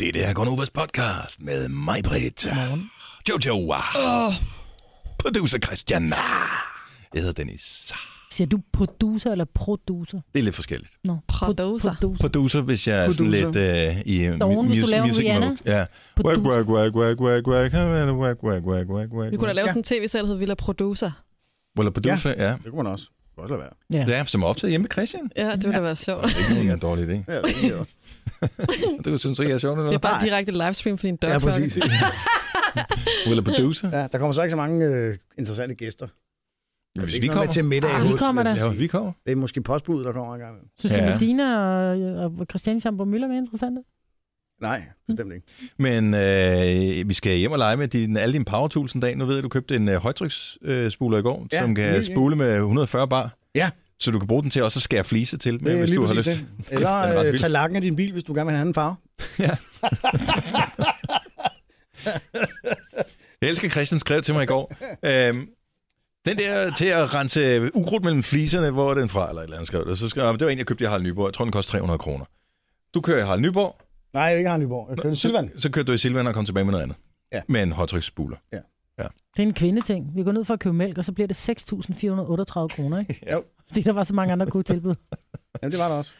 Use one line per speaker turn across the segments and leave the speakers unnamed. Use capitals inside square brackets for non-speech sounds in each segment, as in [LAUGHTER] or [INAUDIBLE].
Det der er Gonovas podcast med mig, Britt. Morgen. Jojo. Oh. Producer Christian. Ah. Jeg hedder Dennis. Ah.
Siger du producer eller producer?
Det er lidt forskelligt.
Nå,
Producer.
producer.
Producer, hvis jeg er sådan lidt øh, i øh,
Doven, hvis du laver en
music
Rihanna.
mode. Ja. Whack,
Producer.
whack, whack, whack, whack, whack, whack, whack, whack, whack, whack.
Vi kunne da lave sådan en tv-serie, der hedder Villa Producer.
Eller producer, ja.
Det kunne man også. Det kunne også [LAUGHS] lade være.
Ja.
Det er som er optaget hjemme ved Christian.
Ja, det ville da være
[LAUGHS]
sjovt.
Det er ikke en dårlig idé.
Ja, det er jo.
Du synes ikke, jeg er sjov eller
Det er
noget?
bare direkte livestream for din
ja,
dørklokke. [LAUGHS]
præcis.
Eller producer.
Ja, der kommer så ikke så mange øh, interessante gæster.
Ja,
Det er
hvis
ikke
vi
noget
kommer.
med til middag
Ah,
hos,
vi kommer
vil jeg
da.
Ja,
sige.
hvis vi kommer.
Det er måske postbuddet, der kommer engang.
Synes du,
Ja.
Medina og, og Christian Schambo Møller er mere interessante?
Nej, bestemt ikke.
Men øh, vi skal hjem og lege med din, alle dine power tools en dag. Nu ved jeg, at du købte en øh, højtryksspuler øh, spuler i går, ja,
Ja,
som kan
ny,
lige,
ja.
spule med 140 bar.
Ja.
Så du kan bruge den til også at skære flise til, med,
er
hvis
lige
du har lyst.
præcis det.
[LAUGHS]
Eller
Den er ret
øh,
vild.
tag lakken af din bil, hvis du gerne vil have en anden farve.
Jeg elsker, Christian skrev til mig i
[LAUGHS]
går. øhm, den der til at rense ukrudt mellem fliserne, hvor er den fra? Eller et eller andet skrev det. Så skrev, jeg, det var en, jeg købte i Harald Nyborg. Jeg tror, den koster 300 kroner. Du kører i Harald Nyborg,
Nej, jeg vil ikke have Nyborg. Jeg kører en Sylvan.
så kørte du i Silvan og kom tilbage med noget andet.
Ja.
Med en højtryksspuler.
Det er en kvindeting. Vi går ned for at købe mælk, og så bliver det 6.438 kroner, ikke?
[LAUGHS] Jo.
Fordi der var så mange andre gode tilbud.
Jamen, det var der også.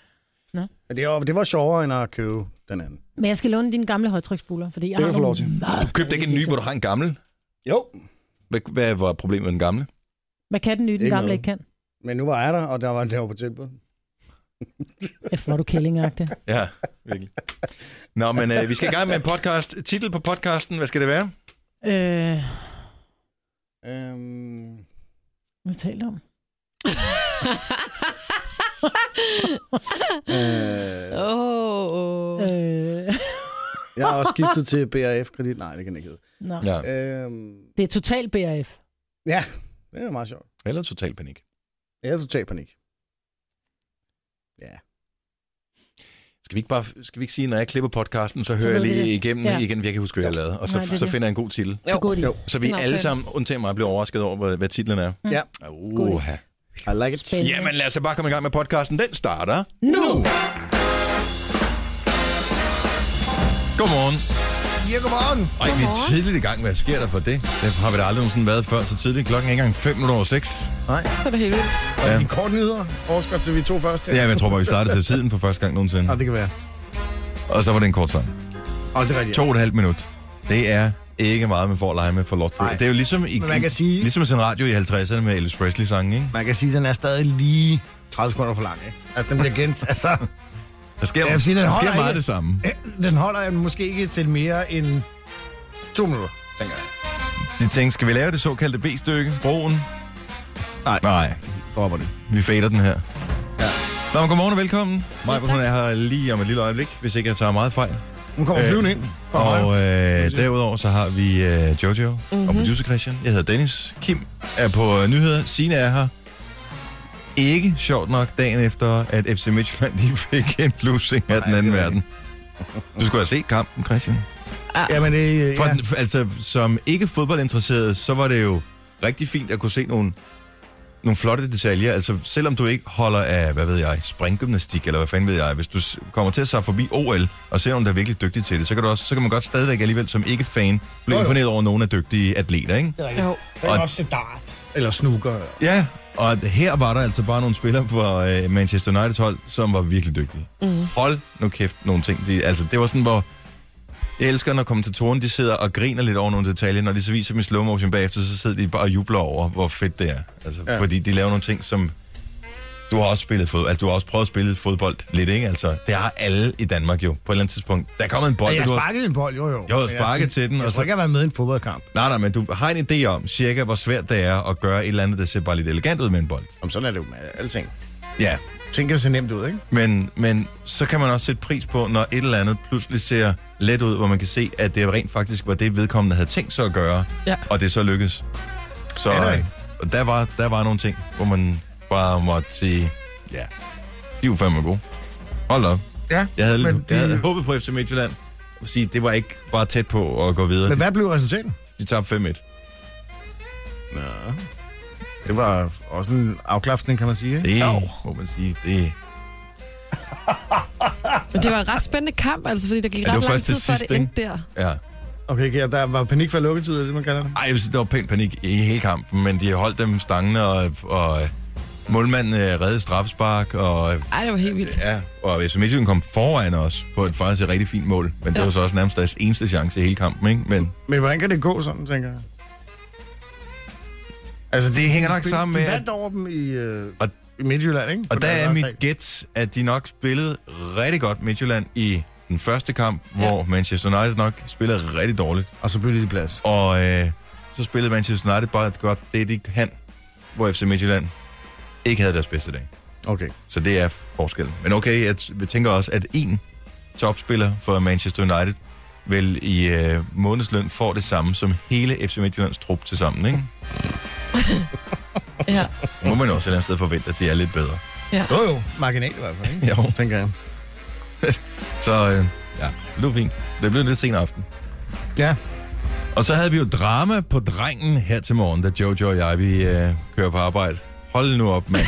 Nå.
Men det var, det var sjovere, end at købe den anden.
Men jeg skal låne dine gamle højtryksbuler, fordi jeg
Det
har
kan du få lov
nogle
til.
meget...
Du købte ikke en ny, hvor du har en gammel.
Jo,
Hvad, hvad var problemet med den gamle?
Hvad kan den nye, den
Ikke
gamle
noget.
ikke kan?
men nu var jeg der, og der var, der var på tilbud.
Ja, hvor er du kællingagtig.
Ja, virkelig. Nå, men øh, vi skal i gang med en podcast. Titel på podcasten, hvad skal det være?
Øh,
Øhm,
hvad talte om?
øh,
Åh, åh.
Øh, [LAUGHS]
jeg har også skiftet til BRF-kredit. Nej, det kan ikke hedde.
nå.
Ja.
Øhm,
Det er total BRF.
ja, det er meget sjovt.
Eller total panik.
Jeg er totalt panik. Ja.
Skal vi ikke, bare, skal vi ikke sige, når jeg klipper podcasten, så hører
ved
jeg
vi
lige
det.
igennem
Ja.
ja. igen, jeg kan huske, hvad jeg lavede, og så,
Nej, det er
så
det.
finder jeg en god titel.
Det er
Jo.
god idé.
Jo.
Så vi
En aftale.
alle sammen, undtagen mig, bliver overrasket over, hvad, hvad titlen er.
Mm.
Ja.
God idé.
Uh,
I like it.
Spændende.
Jamen lad os da bare komme i gang med podcasten. Den starter
Nu!
Godmorgen.
Ja, godmorgen.
Ej, vi er tidligt i gang. Hvad sker der for det? Det har vi da aldrig nogensinde været før så tidligt. Klokken er ikke engang 5 minutter over 6.
Nej,
Det er da helt vildt.
og de korte nyheder. Overskrifter, vi to først.
Ja, men jeg tror bare, vi startede til tiden for første gang nogensinde.
Og det kan være.
Og så var det en kort sang.
Og det er rigtigt.
To og et halvt minut. Det er ikke meget, man får at lege med for Lord
Nej.
Det er jo ligesom i,
Men man kan sige-
ligesom at sende radio i 50'erne med Elvis Presley-sangen, ikke?
Man kan sige, at den er stadig lige 30 sekunder for lang, ikke? Altså, den bliver gent... [LAUGHS] altså,
Der sker,
Jeg vil sige, den
der sker
holder
meget
ikke.
det samme.
øh, den holder jeg måske ikke til mere end to minutter, tænker jeg.
De tænkte, skal vi lave det såkaldte B-stykke? Broen?
Nej,
Nej,
dropper det.
vi fader den her.
Ja.
Nå, men godmorgen og velkommen. Maja,
tak.
hun er her lige om et lille øjeblik, hvis ikke jeg tager meget fejl.
Hun kommer
Øh,
flyvende ind. fra højre.
Og øh, derudover så har vi øh, Jojo mm-hmm. og producer Christian. Jeg hedder Dennis. Kim er på øh, nyheder. Sine er her. Ikke sjovt nok dagen efter, at FC Midtjylland lige fik en losing af den
det
anden
var
verden. Du skulle have set kampen, Christian.
Jamen, det, øh,
For
ja.
ja. den, altså, som ikke fodboldinteresseret, så var det jo rigtig fint at kunne se nogle, nogle flotte detaljer. Altså, selvom du ikke holder af, hvad ved jeg, springgymnastik, eller hvad fanden ved jeg, hvis du s- kommer til at sætte forbi OL, og ser nogen, der er virkelig dygtige til det, så kan, du også, så kan man godt stadigvæk alligevel som ikke-fan blive
Nå jo.
imponeret over, at nogen er dygtige atleter, ikke?
Det er
Jo.
rigtigt. Der er
Og-
også et dart. Eller snooker.
Ja, og her var der altså bare nogle spillere fra øh, Manchester Uniteds hold, som var virkelig dygtige. Mm. Hold nu kæft nogle ting. De, altså, det var sådan, hvor... Jeg elsker, når kommentatoren de sidder og griner lidt over nogle detaljer. Når de så viser dem i slow motion bagefter, så sidder de bare og jubler over, hvor fedt det er. Altså, ja.
Ja.
Fordi de laver nogle ting, som... Du har også spillet fodbold. Altså, du har også prøvet at spille fodbold lidt, ikke? Altså, det har alle i Danmark jo, på et eller andet tidspunkt. Der er kommet en bold,
Jeg
og du
har
har...
sparket en bold, jo jo.
Jeg har
Men
sparket til den,
Jeg
og
tror
så...
ikke, jeg har været med i en fodboldkamp.
Nej, nej, men du har en idé om cirka, hvor svært det er at gøre et eller andet, der ser bare lidt elegant ud med en bold.
Jamen, sådan er det jo med alting.
Ja,
Ting kan se nemt ud, ikke?
Men, men så kan man også sætte pris på, når et eller andet pludselig ser let ud, hvor man kan se, at det rent faktisk var det, vedkommende havde tænkt sig at gøre,
Ja.
og det så lykkedes. Så
Ja, det er
ja,
rigtigt.
og der, var, der var nogle ting, hvor man bare måtte sige, ja, de var fandme gode. Hold op.
Ja,
Jeg havde,
men,
de... jeg havde
de,
håbet på FC Midtjylland, og sige, det var ikke bare tæt på at gå videre.
men
De,
hvad blev resultatet?
de tabte 5-1.
Det var også en afklapsning, kan man sige. Ikke?
Det må man sige, det
Men det var en ret spændende kamp, altså, fordi der gik
Ja, det
ret
var
lang
først
tid,
til
før
sidst,
det endte der.
Ja.
Okay, ja, der var panik for lukketid, er det det, man kalder det.
Ej, jeg vil sige, der var pæn panik i hele kampen, men de har holdt dem stangene, og, og øh, målmanden øh, reddede straffespark, og øh,
Ej, det var helt vildt.
ja, og FC Midtjylland kom foran os på et faktisk et rigtig fint mål, men det
Ja.
var så også nærmest deres eneste chance i hele kampen, ikke? Men
Men hvordan kan det gå sådan, tænker jeg? Altså, det
hænger nok
de-
sammen med,
De
at-
vandt over dem i, øh,
Og-
i Midtjylland, ikke? På
Og der
deres
er
første
mit
dag.
gæt, at de nok spillede rigtig godt Midtjylland i den første kamp, hvor Manchester United nok spillede rigtig dårligt.
Og så byttede de plads.
Og øh, så spillede Manchester United bare godt det, de kan, hvor FC Midtjylland ikke havde deres bedste dag.
Okay.
Så det er forskellen. Men okay, jeg t- vi tænker også, at en topspiller for Manchester United vel i øh, månedsløn får det samme som hele FC Midtjyllands trup til sammen, ikke?
Ja.
Må man også et eller andet sted forvente, at det er lidt bedre.
Jo jo, marginal i hvert fald, ikke?
Jo.
Tænker jeg.
Så øh, ja, det blev fint. Det blev en lidt sen aften.
Ja.
Og så havde vi jo drama på drengen her til morgen, da Jojo og jeg, vi øh, kører på arbejde. Hold nu op, mand.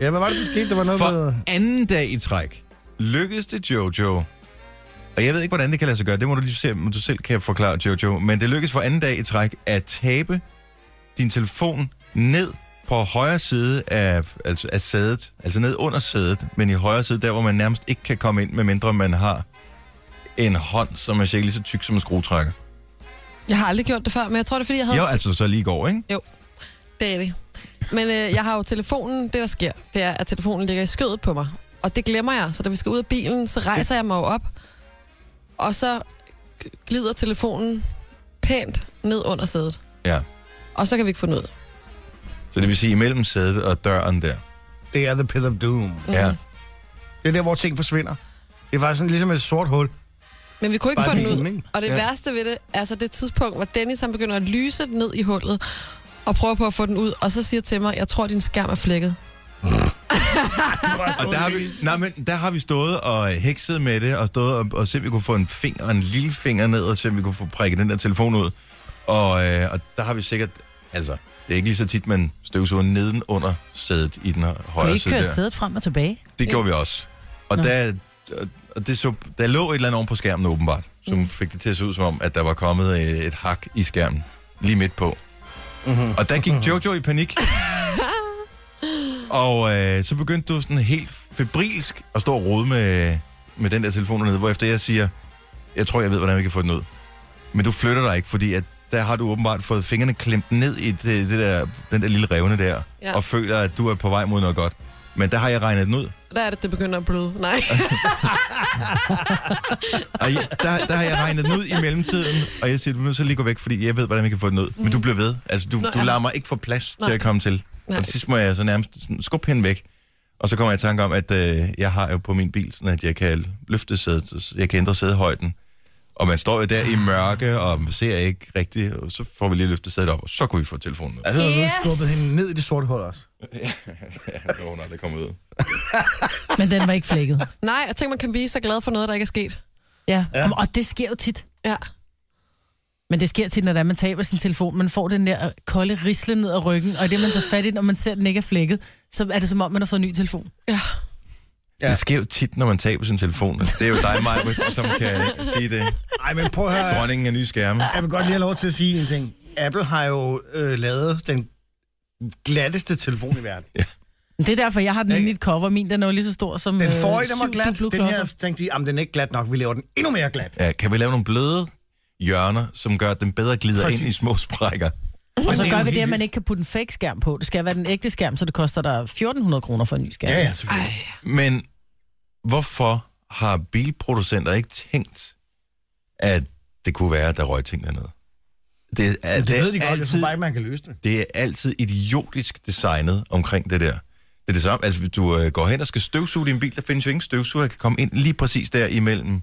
Ja, hvad var det, der skete? Der var noget
For
med...
anden dag i træk lykkedes det Jojo. Og jeg ved ikke, hvordan det kan lade sig gøre. Det må du lige se, om du selv kan forklare, Jojo. Men det lykkedes for anden dag i træk at tabe din telefon ned på højre side af, altså af sædet. Altså ned under sædet, men i højre side, der hvor man nærmest ikke kan komme ind, medmindre man har en hånd, som er cirka lige så tyk som en skruetrækker.
Jeg har aldrig gjort det før, men jeg tror, det er, fordi jeg havde...
Jo, altså så lige i går, ikke?
Det er det. Men øh, jeg har jo telefonen. Det, der sker, det er, at telefonen ligger i skødet på mig. Og det glemmer jeg. Så da vi skal ud af bilen, så rejser jeg mig jo op. Og så glider telefonen pænt ned under sædet.
Ja.
Og så kan vi ikke få den ud.
Så det vil sige imellem sædet og døren der.
Det er The Pit of Doom.
Mhm.
Ja.
Det er der, hvor ting forsvinder. Det var sådan ligesom et sort hul.
Men vi kunne ikke
Bare
få den
bilen,
ud.
ikke?
Og det
Ja.
ja. værste ved det er så det tidspunkt, hvor Dennis han begynder at lyse den ned i hullet og prøver på at få den ud, og så siger til mig, jeg tror, din skærm er flækket.
Og der har, vi, nej, men der har vi stået og øh, hekset med det, og stået og, og se, om vi kunne få en finger, en lille finger ned, og se, om vi kunne få prikket den der telefon ud. Og, øh, og der har vi sikkert, altså, det er ikke lige så tit, man støvsuger nedenunder sædet i den
Kan I
højre
ikke
side
køre
der.
sædet frem og tilbage?
Det gjorde vi også. Og
Nå.
der, øh, og det så, der lå et eller andet oven på skærmen åbenbart, som
Mm.
fik det til at se ud som om, at der var kommet øh, et hak i skærmen, lige midt på.
Mm-hmm.
Og der gik Jojo i panik. og øh, så begyndte du sådan helt febrilsk at stå og rode med, med den der telefon dernede, hvorefter jeg siger, jeg tror, jeg ved, hvordan vi kan få den ud. Men du flytter dig ikke, fordi at der har du åbenbart fået fingrene klemt ned i det, det der, den der lille revne der, ja.
Ja.
og føler, at du er på vej mod noget godt. Men der har jeg regnet den ud.
Der er det, det begynder at bløde. Nej.
Og jeg, der, der har jeg regnet den ud i mellemtiden, og jeg siger, du er nødt til at lige gå væk, fordi jeg ved, hvordan vi kan få den ud. Men du bliver ved. Altså, du,
Mm. Nå,
du
ja.
lader mig ikke få plads
Nej.
til at komme til.
Nej.
Og til sidst må jeg så nærmest sådan skubbe hende væk. Og så kommer jeg i tanke om, at øh, jeg har jo på min bil, sådan at jeg kan løfte sædet, så jeg kan ændre sædehøjden. Og man står jo der i mørke, og man ser ikke rigtigt, og så får vi lige løftet sædet op, og så kunne vi få telefonen
[LAUGHS]
ud.
Altså, yes.
Yes!
skubbet hende ned i det sorte hul også.
Ja, hun aldrig kommet ud.
Men den var ikke flækket.
Nej, jeg tænker, man kan blive så glad for noget, der ikke er sket.
Ja.
Ja.
ja. Og det sker jo tit.
Ja.
Men det sker tit, når det er, man taber sin telefon. Man får den der kolde risle ned ad ryggen, og i det man tager fat i, når man ser, at den ikke er flækket, så er det som om, man har fået en ny telefon.
Ja. Det sker jo tit, når man taber sin telefon. Altså, det er jo dig, Maja, som kan sige det.
Ej, men prøv at høre.
Dronningen af nye skærme.
Jeg vil godt lige have lov til at sige en ting. Apple har jo øh, lavet den glatteste telefon i verden.
Men det er derfor, jeg har den
Ikke?
inde i et cover. Min den er jo lige så stor som
Den
øh,
forrige, den var
syv
glat.
Duplo
Den her
klodser.
så tænkte de, jamen den er ikke glat nok, vi laver den endnu mere glat.
Ja, kan vi lave nogle bløde hjørner, som gør, at den bedre glider Præcis.
Præcis.
ind i små sprækker?
Og så
det er
gør
jo
vi det,
helt
at man ikke kan putte en fake skærm på. Det skal være den ægte skærm, så det koster dig 1400 kroner for en ny skærm.
Ja, ja,
Ej.
selvfølgelig.
Men hvorfor har bilproducenter ikke tænkt, at det kunne være, at der røg ting dernede? Det er,
Altså, Det, det ved de godt, ligesom altid...
altid,
jeg tror bare ikke, man kan løse det.
det er altid idiotisk designet omkring det der. Det er det samme. Altså, hvis du øh, går hen og skal støvsuge din bil, der findes jo ingen støvsuger, der kan komme ind lige præcis der imellem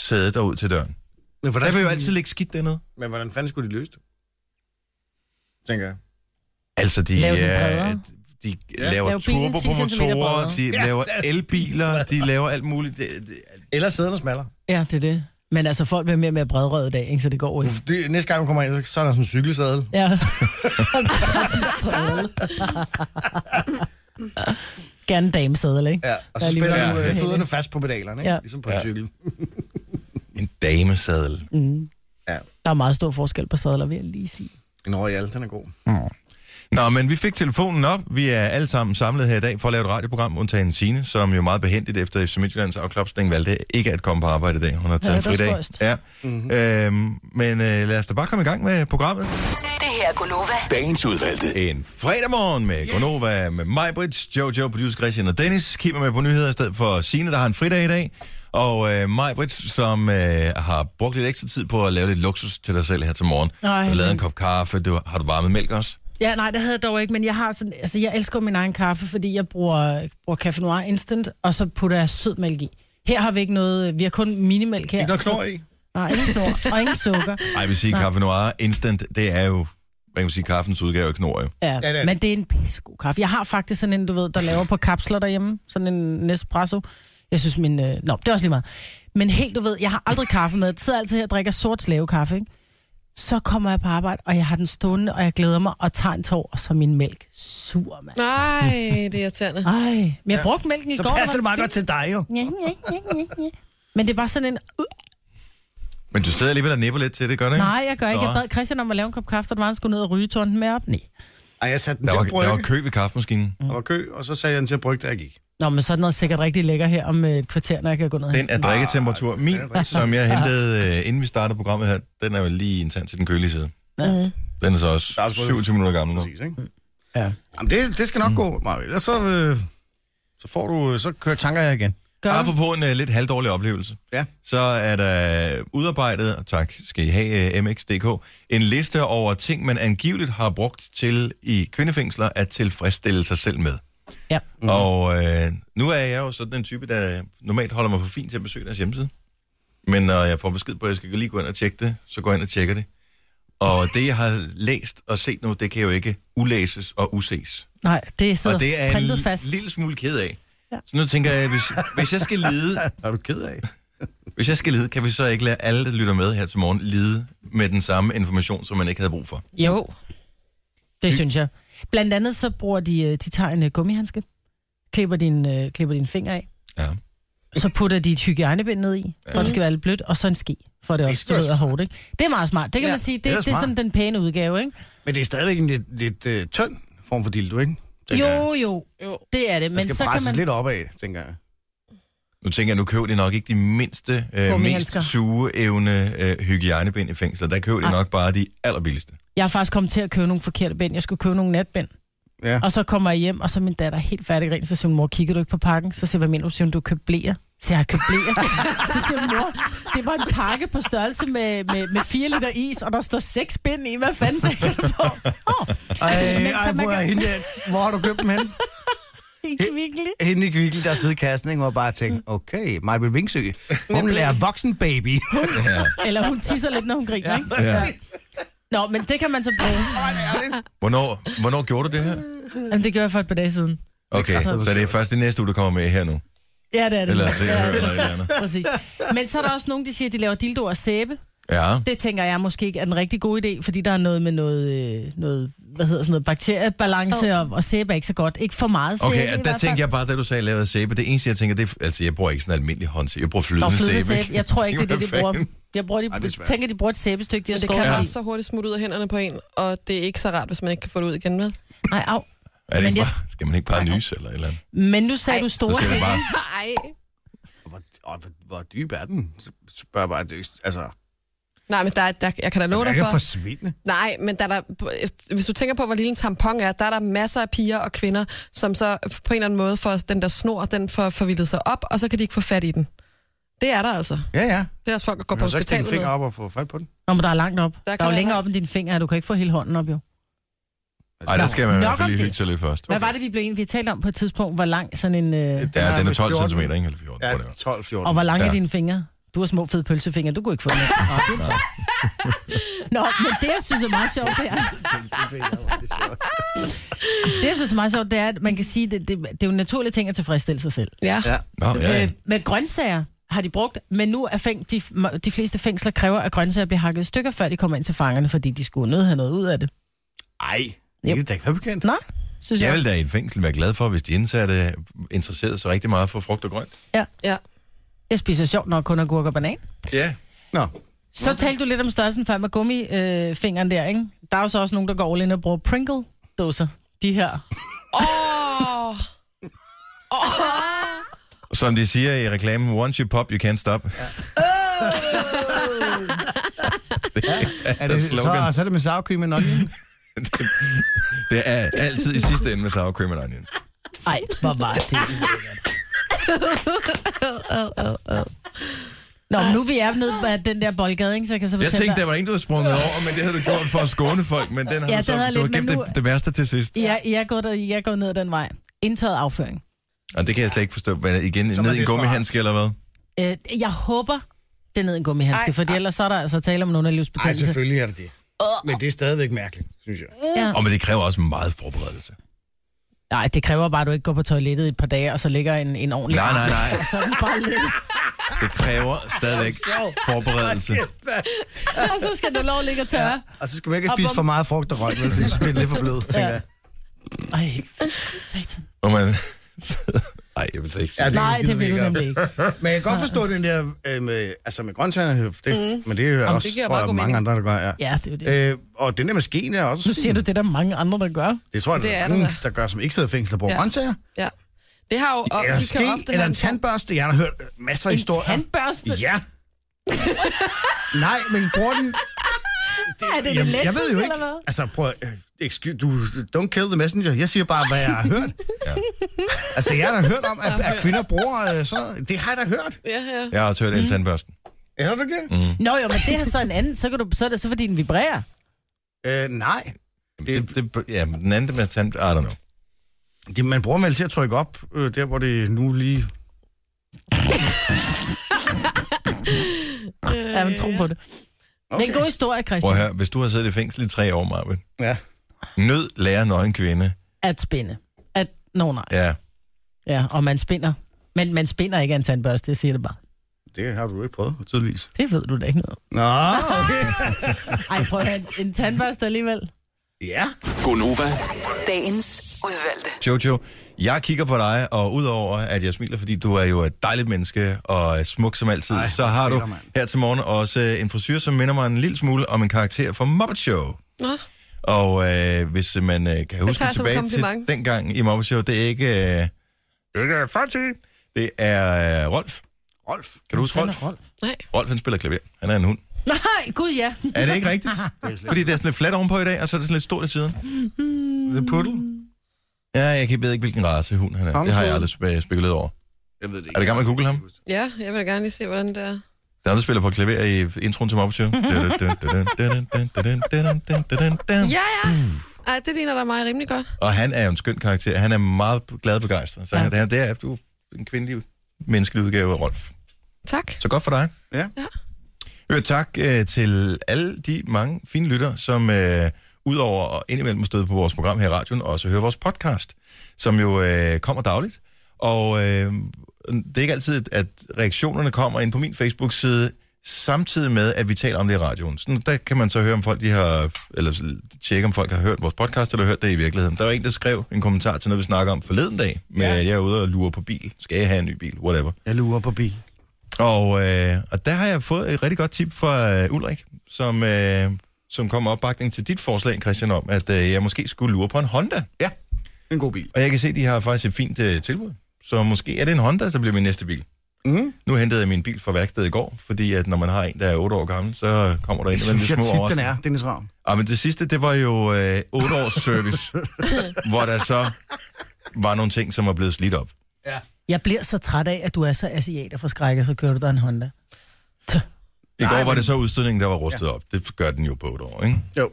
sædet og ud til døren.
Men hvordan,
Der vil jo
skulle
altid ligge skidt dernede.
de... Men hvordan fanden skulle de løse det? Tænker jeg.
Altså, de,
Lave den
ja,
bredere.
de
Ja.
laver
Lave bilen
turbo på
10 centimeter
motorer,
bredere.
de
Ja,
laver
lad os-
elbiler, de laver alt muligt. Det, det,
Eller sæderne smaller.
ja det er det. Men altså, folk bliver mere og mere bredrøde i dag, ikke? så det går jo ikke.
Det, næste gang, man kommer ind, så- [LAUGHS] så er der sådan en cykelsadel.
Ja. Gerne damesædel, ikke?
Ja, og
Der
så
er alligevel-
spænder du
Ja.
øh, fødderne fast på pedalerne, ikke?
Ja.
ligesom på
Ja.
en cykel.
En damesadel.
Mm.
Ja.
Der er meget stor forskel på sadler, vil jeg lige sige.
En royal, den er god.
Nå, men vi fik telefonen op. Vi er alle sammen samlet her i dag for at lave et radioprogram, undtagen Signe, som jo meget behendigt efter FC Midtjyllands afklapsning valgte ikke at komme på arbejde i dag. Hun har taget
Ja,
en
det var
fridag.
spøjst.
Ja. Mm-hmm.
Mhm.
Øhm, men øh, lad os da bare komme i gang med programmet.
Det her er Gunova.
Dagens udvalgte.
En fredag morgen med Gonova, med mig, Brits, Jojo, producer Christian og Dennis. Kim er med på nyheder i stedet for Signe, der har en fridag i dag. Og øh, mig, Brits, som øh, har brugt lidt ekstra tid på at lave lidt luksus til dig selv her til morgen.
Ej,
du har lavet en
men-
kop kaffe, du, har du varmet mælk også?
Ja, nej, det havde jeg dog ikke, men jeg har sådan, altså, jeg elsker min egen kaffe, fordi jeg bruger, bruger Café Noir Instant, og så putter jeg sød mælk i. Her har vi ikke noget, vi har kun minimælk her.
Ikke noget
så-
knor i.
Nej, ingen knor, og ingen sukker.
Ej, jeg vil sige,
Nej.
kaffe noir instant, det er jo, man kan man sige, kaffens udgave af knor, jo.
Ja,
det er det.
men det er en pissegod kaffe. Jeg har faktisk sådan en, du ved, der laver på kapsler derhjemme, sådan en Nespresso. Jeg synes min... Øh... Nå, det er også lige meget. Men helt, du ved, jeg har aldrig kaffe med. Jeg sidder altid her og drikker sort slavekaffe, ikke? Så kommer jeg på arbejde, og jeg har den stående, og jeg glæder mig og tager en tår, og så er min mælk sur, mand.
Nej, det er irriterende.
Ej, men jeg brugte mælken i
Så
går.
passer
og
det
var
meget godt til dig, jo.
Ja, ja, ja, ja, ja. Men det er bare sådan en... Uh,
Men du sidder alligevel og nipper lidt til det, gør det ikke?
nej, jeg gør ikke.
Nå.
Jeg bad Christian om at lave en kop kaffe, og der var han skulle ned og ryge tårnen med op. Nej.
Ej, jeg satte den
Der
til
var,
at brygge.
der var kø ved kaffemaskinen.
Mm.
Der var kø, og så sagde jeg den til at brygge, da jeg gik.
Nå, men sådan noget sikkert rigtig lækker her om øh, et kvarter, når jeg kan gå ned og hente
Den er drikketemperatur. Min, som jeg hentede, øh, inden vi startede programmet her, den er jo lige en tand til den kølige side.
Ja.
Den er så
Der er
også
også
27 minutter gammel nu.
Præcis,
Mm.
ikke?
Ja.
Jamen, det, det skal
Mm.
nok gå, Marie. Ellers så, øh, så får du, øh, så kører tanker jeg igen.
Gør du?
Apropos en uh, lidt halvdårlig oplevelse,
Ja.
så er der udarbejdet, og tak skal I have, uh, MX.dk, en liste over ting, man angiveligt har brugt til i kvindefængsler at tilfredsstille sig selv med.
Ja.
Mm. Og øh, nu er jeg jo sådan en type, der normalt holder mig for fint til at besøge deres hjemmeside. Men når jeg får besked på, at jeg skal lige gå ind og tjekke det, så går jeg ind og tjekker det. Og det, jeg har læst og set nu, det kan jo ikke ulæses og uses.
Nej, det sidder
Og det er jeg en
printet
li-
fast.
lille smule ked af. Ja.
Ja.
Så nu tænker jeg, hvis, hvis jeg skal lide,
Er du ked af?
hvis jeg skal lide, kan vi så ikke lade alle, der lytter med her til morgen, lide med den samme information, som man ikke havde brug for?
Jo.
det synes jeg. Blandt andet så bruger de, øh, de tager en øh, gummihandske, klipper din, øh, klipper din finger af,
Ja.
så putter de et hygiejnebind ned i, ja. hvor det skal være lidt blødt, og så en ski, for det også
sgu da
det er hårdt, ikke? Det er meget smart. Det kan
Ja,
ja, man sige, det,
det
det,
er
er,
da
det er
smart.
sådan den pæne udgave, ikke?
Men det er stadigvæk en lidt, lidt øh, tynd form for dildo, ikke? Tænker jeg.
Jo, jo,
Jo.
det er det,
Den
men
skal
så kan
presses
man...
lidt op af, tænker jeg.
Nu tænker jeg, nu køber de nok ikke de mindste, øh,
Gummihandsker.
mest sugeevne øh, hygiejnebind i fængsler. Der køber de
Ah.
nok bare de allerbilligste.
Jeg er faktisk kommet til at købe nogle forkerte bind. Jeg skulle købe nogle natbind.
Ja.
Og så kommer jeg hjem, og så er min datter helt færdig rent, så siger hun, mor, kigger du ikke på pakken? Så siger jeg, hvad mener du? Så siger hun, du købte blæer. Så siger jeg, købte [LAUGHS] blæer. så siger hun, mor, det var en pakke på størrelse med, med, med 4 liter is, og der står seks bind i. Hvad fanden tænker du
[LAUGHS]
på? Åh,
Ej,
Men så
ej,
man
hvor, er
kan-
hende, der- hvor har du købt dem hen?
ikke virkelig.
Hende i Kvickle, der sidder i kassen, ikke? Og bare tænkte, okay, Michael Vingsø, hun lærer voksen baby. [LAUGHS]
Ja.
Eller hun tisser lidt, når hun griner, ikke?
Ja.
Nå, men det kan man så bruge.
Hvornår, hvornår gjorde du det her?
Jamen, det gjorde jeg for et par dage siden.
Okay, så det er først i næste uge, du kommer med her nu.
Ja, det er det.
Eller se,
ja,
hører,
det
eller
er det.
et eller andet.
Præcis. Men så er der også nogen, der siger, at de laver dildoer og sæbe.
Ja.
Det tænker jeg måske ikke er en rigtig god idé, fordi der er noget med noget, øh, noget hvad hedder sådan noget, bakteriebalance, oh. og, og sæbe er ikke så godt. Ikke for meget sæbe
Okay, og
i
der
hvert fald.
tænkte jeg bare, da du sagde lavet af sæbe, det eneste, jeg tænker, det er, altså jeg bruger ikke sådan en almindelig håndsæbe, jeg bruger flydende,
Nå, flydende
sæbe.
sæbe.
[LAUGHS]
Jeg tror ikke, det er det, de
Hvad
bruger.
fanden?
Jeg bruger, de,
Ej, det er svært.
jeg tænker, de bruger et sæbestykke, de har
Men det kan
skåret
bare
i.
så hurtigt smutte ud af hænderne på en, og det er ikke så rart, hvis man ikke kan få det ud igen, vel?
Nej, au.
Er det
Men
ikke
jeg-
bare, skal man ikke bare nyse eller et eller andet?
Men nu sagde Ej, du
Så
store
skal man
sæbe.
bare,
Nej.
Hvor, og, hvor, hvor dyb er den? Så Spørger jeg bare, det, er jo- altså,
Nej, men der, er- der, jeg kan da love
den
dig
kan
for.
forsvinde.
Nej, men der er der, hvis du tænker på, hvor lille en tampon er, der er der masser af piger og kvinder, som så på en eller anden måde får den der snor, den får forvildet sig op, og så kan de ikke få fat i den. Det er der altså.
Ja, ja.
Det er også folk, der går
Man
på
kan så ikke stikke en
hospitalet.
finger
med.
op og få fat på den.
Nå, men der er langt op. Der,
kan
der er jo
være
længere
langt.
op end dine fingre, og du kan ikke få hele hånden op, jo.
ej, der skal man i
Nok
hvert fald
om
lige
det.
hygge sig lidt først.
Hvad var det, vi blev enige? Vi talte om på et tidspunkt, hvor lang sådan en... Øh,
Ja, den er 12
14.
cm, ikke? Eller 14,
Ja,
whatever.
12-14.
og hvor lang er
Ja.
dine fingre? Du har små fede pølsefingre, du kunne ikke få dem. Nå, det- Nå, men det, jeg synes er meget sjovt, det er... Det, jeg synes er meget sjovt, det er, at man kan sige, det, det, det er jo en naturlig ting at tilfredsstille sig selv.
Ja.
Ja.
Nå, ja,
Ja.
ja.
Øh, med grøntsager har de brugt, men nu er fæng, de, de fleste fængsler kræver, at grøntsager bliver hakket i stykker, før de kommer ind til fangerne, fordi de skulle nødt have noget ud af det.
Ej, det er da ikke bekendt.
Nå, synes
Jeg
jeg.
vil da i et fængsel være glad for, hvis de indsatte interesserede sig rigtig meget for frugt og grønt.
Ja.
Jeg spiser sjovt nok kun agurk og banan.
Ja.
Nå,
Så talte du lidt om størrelsen før med gummifingeren der, ikke? Der er jo så også nogen, der går all in og bruger Pringle-dåser. De her.
Åh! Åh!
Som de siger i reklamen, once you pop, you can't stop. [LAUGHS] Ja.
er
Der
det,
er
så,
slogan.
så er det med sour cream and onion.
Det er altid i sidste ende med sour cream and onion.
Ej, hvor var det Nå, men nu er vi er nede af den der boldgade, ikke? Så jeg kan så
Jeg
fortælle
tænkte, der
dig.
var en, du havde sprunget over, men det havde du gjort for at skåne folk, men den har
Ja,
du
det havde
så,
jeg
du har
lidt, men
gemt
nu-
det, det værste til sidst.
Jeg, jeg, går der, jeg går ned ad den vej. Indtøjet afføring.
Og det kan jeg slet ikke forstå. Men igen,
Som er
ned i en
desperat.
gummihandske eller hvad?
Øh, jeg håber, det er ned i en gummihandske,
Ej,
for ellers så er der altså tale om en
Nej,
underlivsbetændelse.
selvfølgelig er det det. Men det er stadigvæk mærkeligt, synes jeg.
Ja.
Og men det kræver også meget forberedelse.
Nej, det kræver bare, at du ikke går på toilettet i et par dage, og så ligger en, en ordentlig
Nej,
arm,
nej, nej.
og Så er den bare lidt.
Det kræver stadigvæk forberedelse.
[LAUGHS] og så skal du lov at ligge og tørre.
Og så skal man ikke
Og
spise
hvor-
for meget frugt og grønt, vel, fordi så bliver det lidt for blød, tænker jeg.
Ja. Ej, satan.
Og man... [LAUGHS] Ej, jeg vil slet ikke sige det.
Nej,
gider
det
vi
vil du
ikke op.
nemlig ikke.
Men jeg kan godt forstå den der øh, med, altså med grøntsagerne, det, mm. men det er jo også
det giver
tror
meget
jeg,
god
mange
mening.
andre, der gør. Ja.
Ja, det er jo det.
Øh, og den der med skeen er også...
Nu siger du det, der er mange andre, der gør.
Det tror jeg,
Det
der er
er
mange,
der da.
der gør, som ikke sidder i fængsel og bruger ja.
Ja.
grøntsager.
Ja. Det har jo... Og
Eller
de kan
ske,
ofte
eller
have
en
form-
tandbørste. Jeg har hørt masser af
En
historier.
tandbørste?
Ja. Nej, men bruger den...
[LAUGHS] Er det
Jeg,
elektrisk,
jeg ved jo ikke.
eller hvad?
Altså, prøv at- øh, Excuse, du, don't kill the messenger. Jeg siger bare, hvad jeg har hørt.
Ja.
Altså, jeg har da hørt om, at, at kvinder bruger øh, sådan noget. Det har jeg da hørt.
Ja, ja.
Jeg har også
Mm.
hørt el-tandbørsten.
Har du ikke det?
Nå jo, men det er så en anden, så, kan du, så er det så fordi den vibrerer.
Øh, nej.
Det, det, ja, men den anden det med tand... I don't know.
Det, man bruger vel til at trykke op, øh, der hvor det nu lige...
Øh,
Ja, man tror på det. Okay. Det er en god historie,
Prøv at
Christian,
høre, hvis du har siddet i fængsel i tre år, Marvin.
Ja.
Nød lærer nøgen kvinde.
at spænde. At, nå nej,
Ja,
ja, og man spinder. Men man spinder ikke af en tandbørste, jeg siger det bare.
Det har du ikke prøvet, tydeligvis.
Det ved du da ikke noget om.
Nå, [LAUGHS] okay.
Ej, prøv at høre, en- en tandbørste alligevel.
ja.
Gonova,
Dagens udvalgte.
Jojo, jeg kigger på dig, og udover at jeg smiler, fordi du er jo et dejligt menneske og er smuk som altid, Ej,
Ej,
så har du
fedt, mand.
her til morgen også øh, en frisyr, som minder mig en lille smule om en karakter fra Muppet Show.
Nå,
Og øh, hvis man øh, kan huske
tager jeg som
tilbage til
kompliment.
dengang i Muppet Show, det er ikke... Øh, det er ikke Fonzie. Det er øh, Rolf.
Rolf.
Kan du huske
Hvem er
Rolf? Rolf?
nej.
Rolf, han spiller klaver. Han er en hund.
Nej, gud ja.
Er det ikke rigtigt? Fordi det er sådan lidt fladt ovenpå i dag, og så er det sådan lidt stort i siden.
The Poodle?
Ja, jeg kan- ved ikke, hvilken race hund han er. Det har jeg aldrig spe- spekuleret over.
Jeg ved det
Er det gammel at google ham?
Ja, jeg vil da gerne lige se, hvordan det er.
Der er der spiller på klaver i introen til Muppet Show.
Ja, ja. Ej, det ligner da mig rimelig godt.
Og han er jo en skøn karakter. Han er meget glad og begejstret. Så han, det er du er en kvindelig menneskelig udgave af Rolf.
Tak.
Så godt for dig.
Ja.
Ja.
Øh, tak øh, til alle de mange fine lytter, som øh, udover og indimellem støde på vores program her i radioen, også hører vores podcast, som jo øh, kommer dagligt. Og øh, det er ikke altid, at reaktionerne kommer ind på min Facebook-side, samtidig med, at vi taler om det i radioen. Så der kan man så høre, om folk de har, eller tjekke, om folk har hørt vores podcast, eller hørt det i virkeligheden. Der var en, der skrev en kommentar til noget, vi snakker om forleden dag, med, ja. jeg er ude og lure på bil. Skal jeg have en ny bil? Whatever.
Jeg lurer på bi.
Og, øh, og der har jeg fået et rigtig godt tip fra øh, Ulrik, som, øh, som kom med opbakning til dit forslag, Christian, om, at øh, jeg måske skulle lure på en Honda.
Ja, en god bil.
Og jeg kan se, at de har faktisk et fint øh, tilbud. Så måske er det en Honda, så bliver min næste bil.
Mm.
Nu hentede jeg min bil fra værkstedet i går, fordi at når man har en, der er 8 år gammel, så kommer der en
Det
eller anden
synes jeg
små
tit, den
overraskelse.
er, Dennis Ravn.
Ah, men det sidste, det var jo øh, 8 års
[LAUGHS]
service, hvor der så var nogle ting, som var blevet slidt op.
Jeg bliver så træt af, at du er så asiater for skræk, og så kører du dig en Honda.
I går var det så udstødningen, der var rustet ja. op. Det gør den jo på 8 år, ikke?
Jo,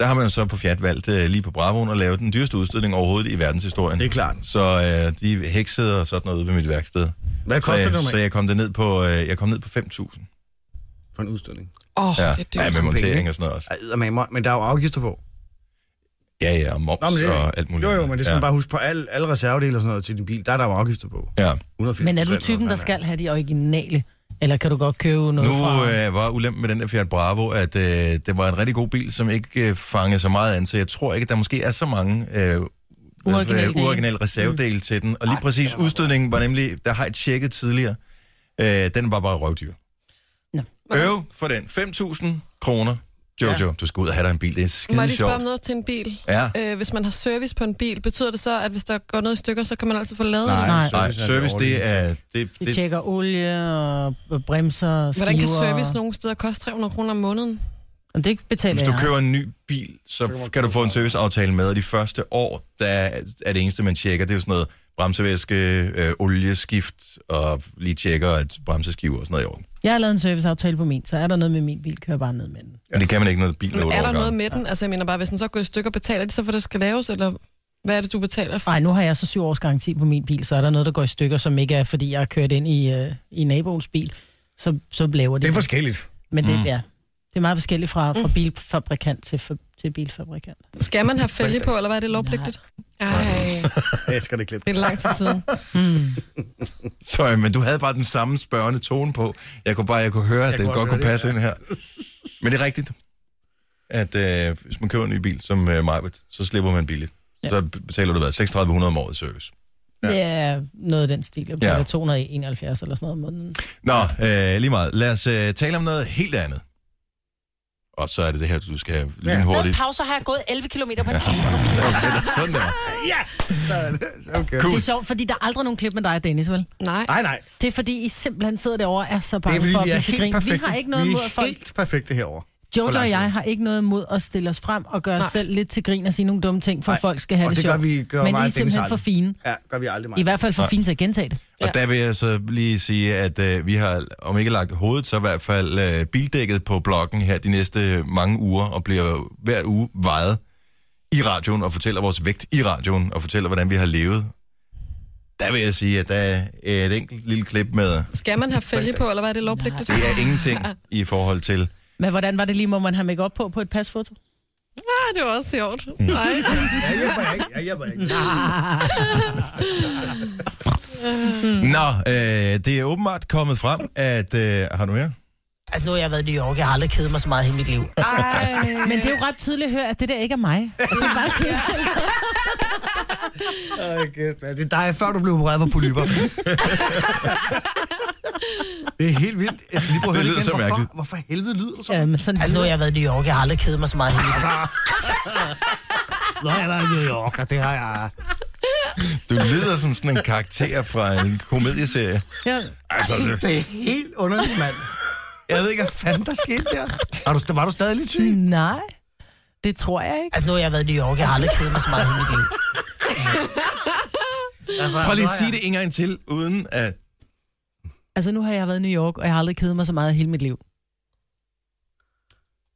Der har man jo så på Fiat valgt øh, lige på Bravoen at lave den dyreste udstødning overhovedet i verdenshistorien.
det er klart.
Så øh, de heksede og sådan noget ude ved mit værksted.
Hvad
Så
koster det
jeg, så
normalt?
jeg kom ned på, øh, jeg kom ned på 5.000.
For en udstilling.
Åh, oh,
Ja,
det er dyrt.
ja med
penge,
montering
ikke?
og sådan noget også.
Ej, eddermame, men der er jo afgifter på.
Ja, ja, og moms
Nå, men det-
og alt muligt.
Jo, jo, men det skal
ja.
man bare huske på alle, alle reservedele og sådan noget til din bil. Der er der jo afgifter på.
Ja.
180
Men er du
procent,
typen,
eller
der
hvad
skal have de originale? Eller kan du godt købe noget
Nu
fra...
øh, var ulempen med den der Fiat Bravo, at øh, det var en rigtig god bil, som ikke øh, fangede så meget an, så jeg tror ikke, at der måske er så mange øh,
Uoriginal
uoriginal,
del.
uoriginal reservedel mm. til den. Og lige præcis udstødningen var nemlig, der har jeg tjekket tidligere, øh, den var bare røvdyr.
Nå.
Øv for den. 5.000 kroner. Jojo, ja. du skal ud og have dig en bil. Det er
Må jeg
skide
lige spørge om
sjovt.
noget til en bil?
Ja.
Øh, hvis man har service på en bil, betyder det så, at hvis der går noget i stykker, så kan man altså få lavet
Nej,
det?
Nej.
nej.
Nej, service, det er... Det,
De
det,
tjekker olie og og bremser og skiver.
Hvordan kan service
og-
nogle steder koste 300 kroner om måneden?
Jamen, det betaler
hvis du
jeg.
køber en ny bil, så kan du få en serviceaftale med, og de første år, der er det eneste, man tjekker, det er jo sådan noget bremsevæske, øh, olieskift, og lige tjekker, at bremseskiver og sådan noget er i orden.
Jeg har lavet en serviceaftale på min, så er der noget med min bil, kører jeg bare ned med den.
Men det kan man ikke, når bilen er
Men
otte
er
år
der noget
gammel.
med den? Altså, jeg mener bare, hvis den så går i stykker, betaler de så, for det skal laves, eller hvad er det, du betaler for?
Nej, nu har jeg så syv års garanti på min bil, så er der noget, der går i stykker, som ikke er, fordi jeg har kørt ind i, øh, i naboens bil, så, så laver det.
Det er forskelligt.
Men det, ja, det er meget forskelligt fra, fra bilfabrikant til, for, til bilfabrikant.
Skal man have fælge på, eller hvad er det lovpligtigt? Ej,
Jeg elsker det
[LAUGHS]
klip.
det er lang tid siden.
Mm.
Sorry, men du havde bare den samme spørgende tone på. Jeg kunne bare jeg kunne høre, at
Jeg
det
kunne
godt
også
kunne
høre
passe
det,
ind her. Men det er rigtigt, at øh, hvis man køber en ny bil som øh, Majbet, så slipper man billigt.
Ja.
Ja. Så betaler du hvad, 3600 om året i service.
Ja. Det er noget af den stil. Jeg betaler
Ja.
ja. 271 eller sådan noget om måneden.
Nå, øh, lige meget. Lad os øh, tale om noget helt andet. Og så er det det her, du skal have
Med
lynhurtigt.
pauser har jeg gået 11 km på en time.
Sådan der.
[LAUGHS] Okay.
Det
Cool.
er sjovt, fordi der er aldrig nogen klip med dig, Dennis, vel?
Nej,
Nej, nej.
Det er fordi, I simpelthen sidder derovre og er så
Det
bange
er fordi,
for at
vi
blive
er
til
helt
grin. Vi
perfekte.
har ikke noget
vi
imod,
er
at folk
helt perfekte herovre.
Jojo
På
og
lang
jeg
side.
har ikke noget imod at stille os frem og gøre os
Nej.
selv lidt til grin og sige nogle dumme ting, for at
Nej,
folk skal have
og
det,
det gør
sjovt.
vi- gør
Men I
mig
er
og
simpelthen
Dennis
for fine.
Ja, gør vi aldrig
I
meget.
hvert fald for
Nej.
fine til at gentage det.
Og der vil jeg så lige sige, at øh, vi har, om ikke lagt hovedet, så i hvert fald øh, bildækket på bloggen her de næste mange uger, og bliver hver uge vejet i radioen, og fortæller vores vægt i radioen, og fortæller, hvordan vi har levet. Der vil jeg sige, at der er et enkelt lille klip med,
skal man have fælge på, eller hvad er det lovpligtigt?
det er ingenting i forhold til...
Men hvordan var det lige, må man have make op på på et pasfoto?
Ah, det var også sjovt. Nej.
Jeg hjælper jer ikke. Jeg
[LAUGHS]
hjælper jer ikke.
Nå, øh, det er åbenbart kommet frem, at... Øh, har du mere?
Altså, nu har jeg været i New York. Jeg har aldrig kedet mig så meget i mit liv.
Ej.
Men det er jo ret tydeligt at høre, at det der ikke er mig. Det er
[LAUGHS]
bare
Åh, kæft, mand. Det er dig, før du blev opereret for
[LAUGHS]
polyper. det er helt vildt. Jeg skal lige prøve
Det
at høre
lyder
igen.
så mærkeligt.
Hvorfor, hvorfor i helvede lyder du så?
ja, men sådan, altså, nu har jeg været i New York. Jeg har aldrig kedet mig så meget i mit liv.
Nå, jeg var i New York, og det har jeg...
Du lyder som sådan en karakter fra en komedieserie.
Ja.
Altså, det-
Det er helt underligt, mand. Jeg ved ikke, hvad fanden der skete der. Var du, var du stadig lidt syg?
Nej, det tror jeg ikke. Altså, nu har jeg været i New York. Jeg har aldrig kedet mig så meget i mit liv. Ah,
Altså,
Prøv lige at sige det en gang til, uden at...
Altså, nu har jeg været i New York, og jeg har aldrig kedet mig så meget i hele mit liv.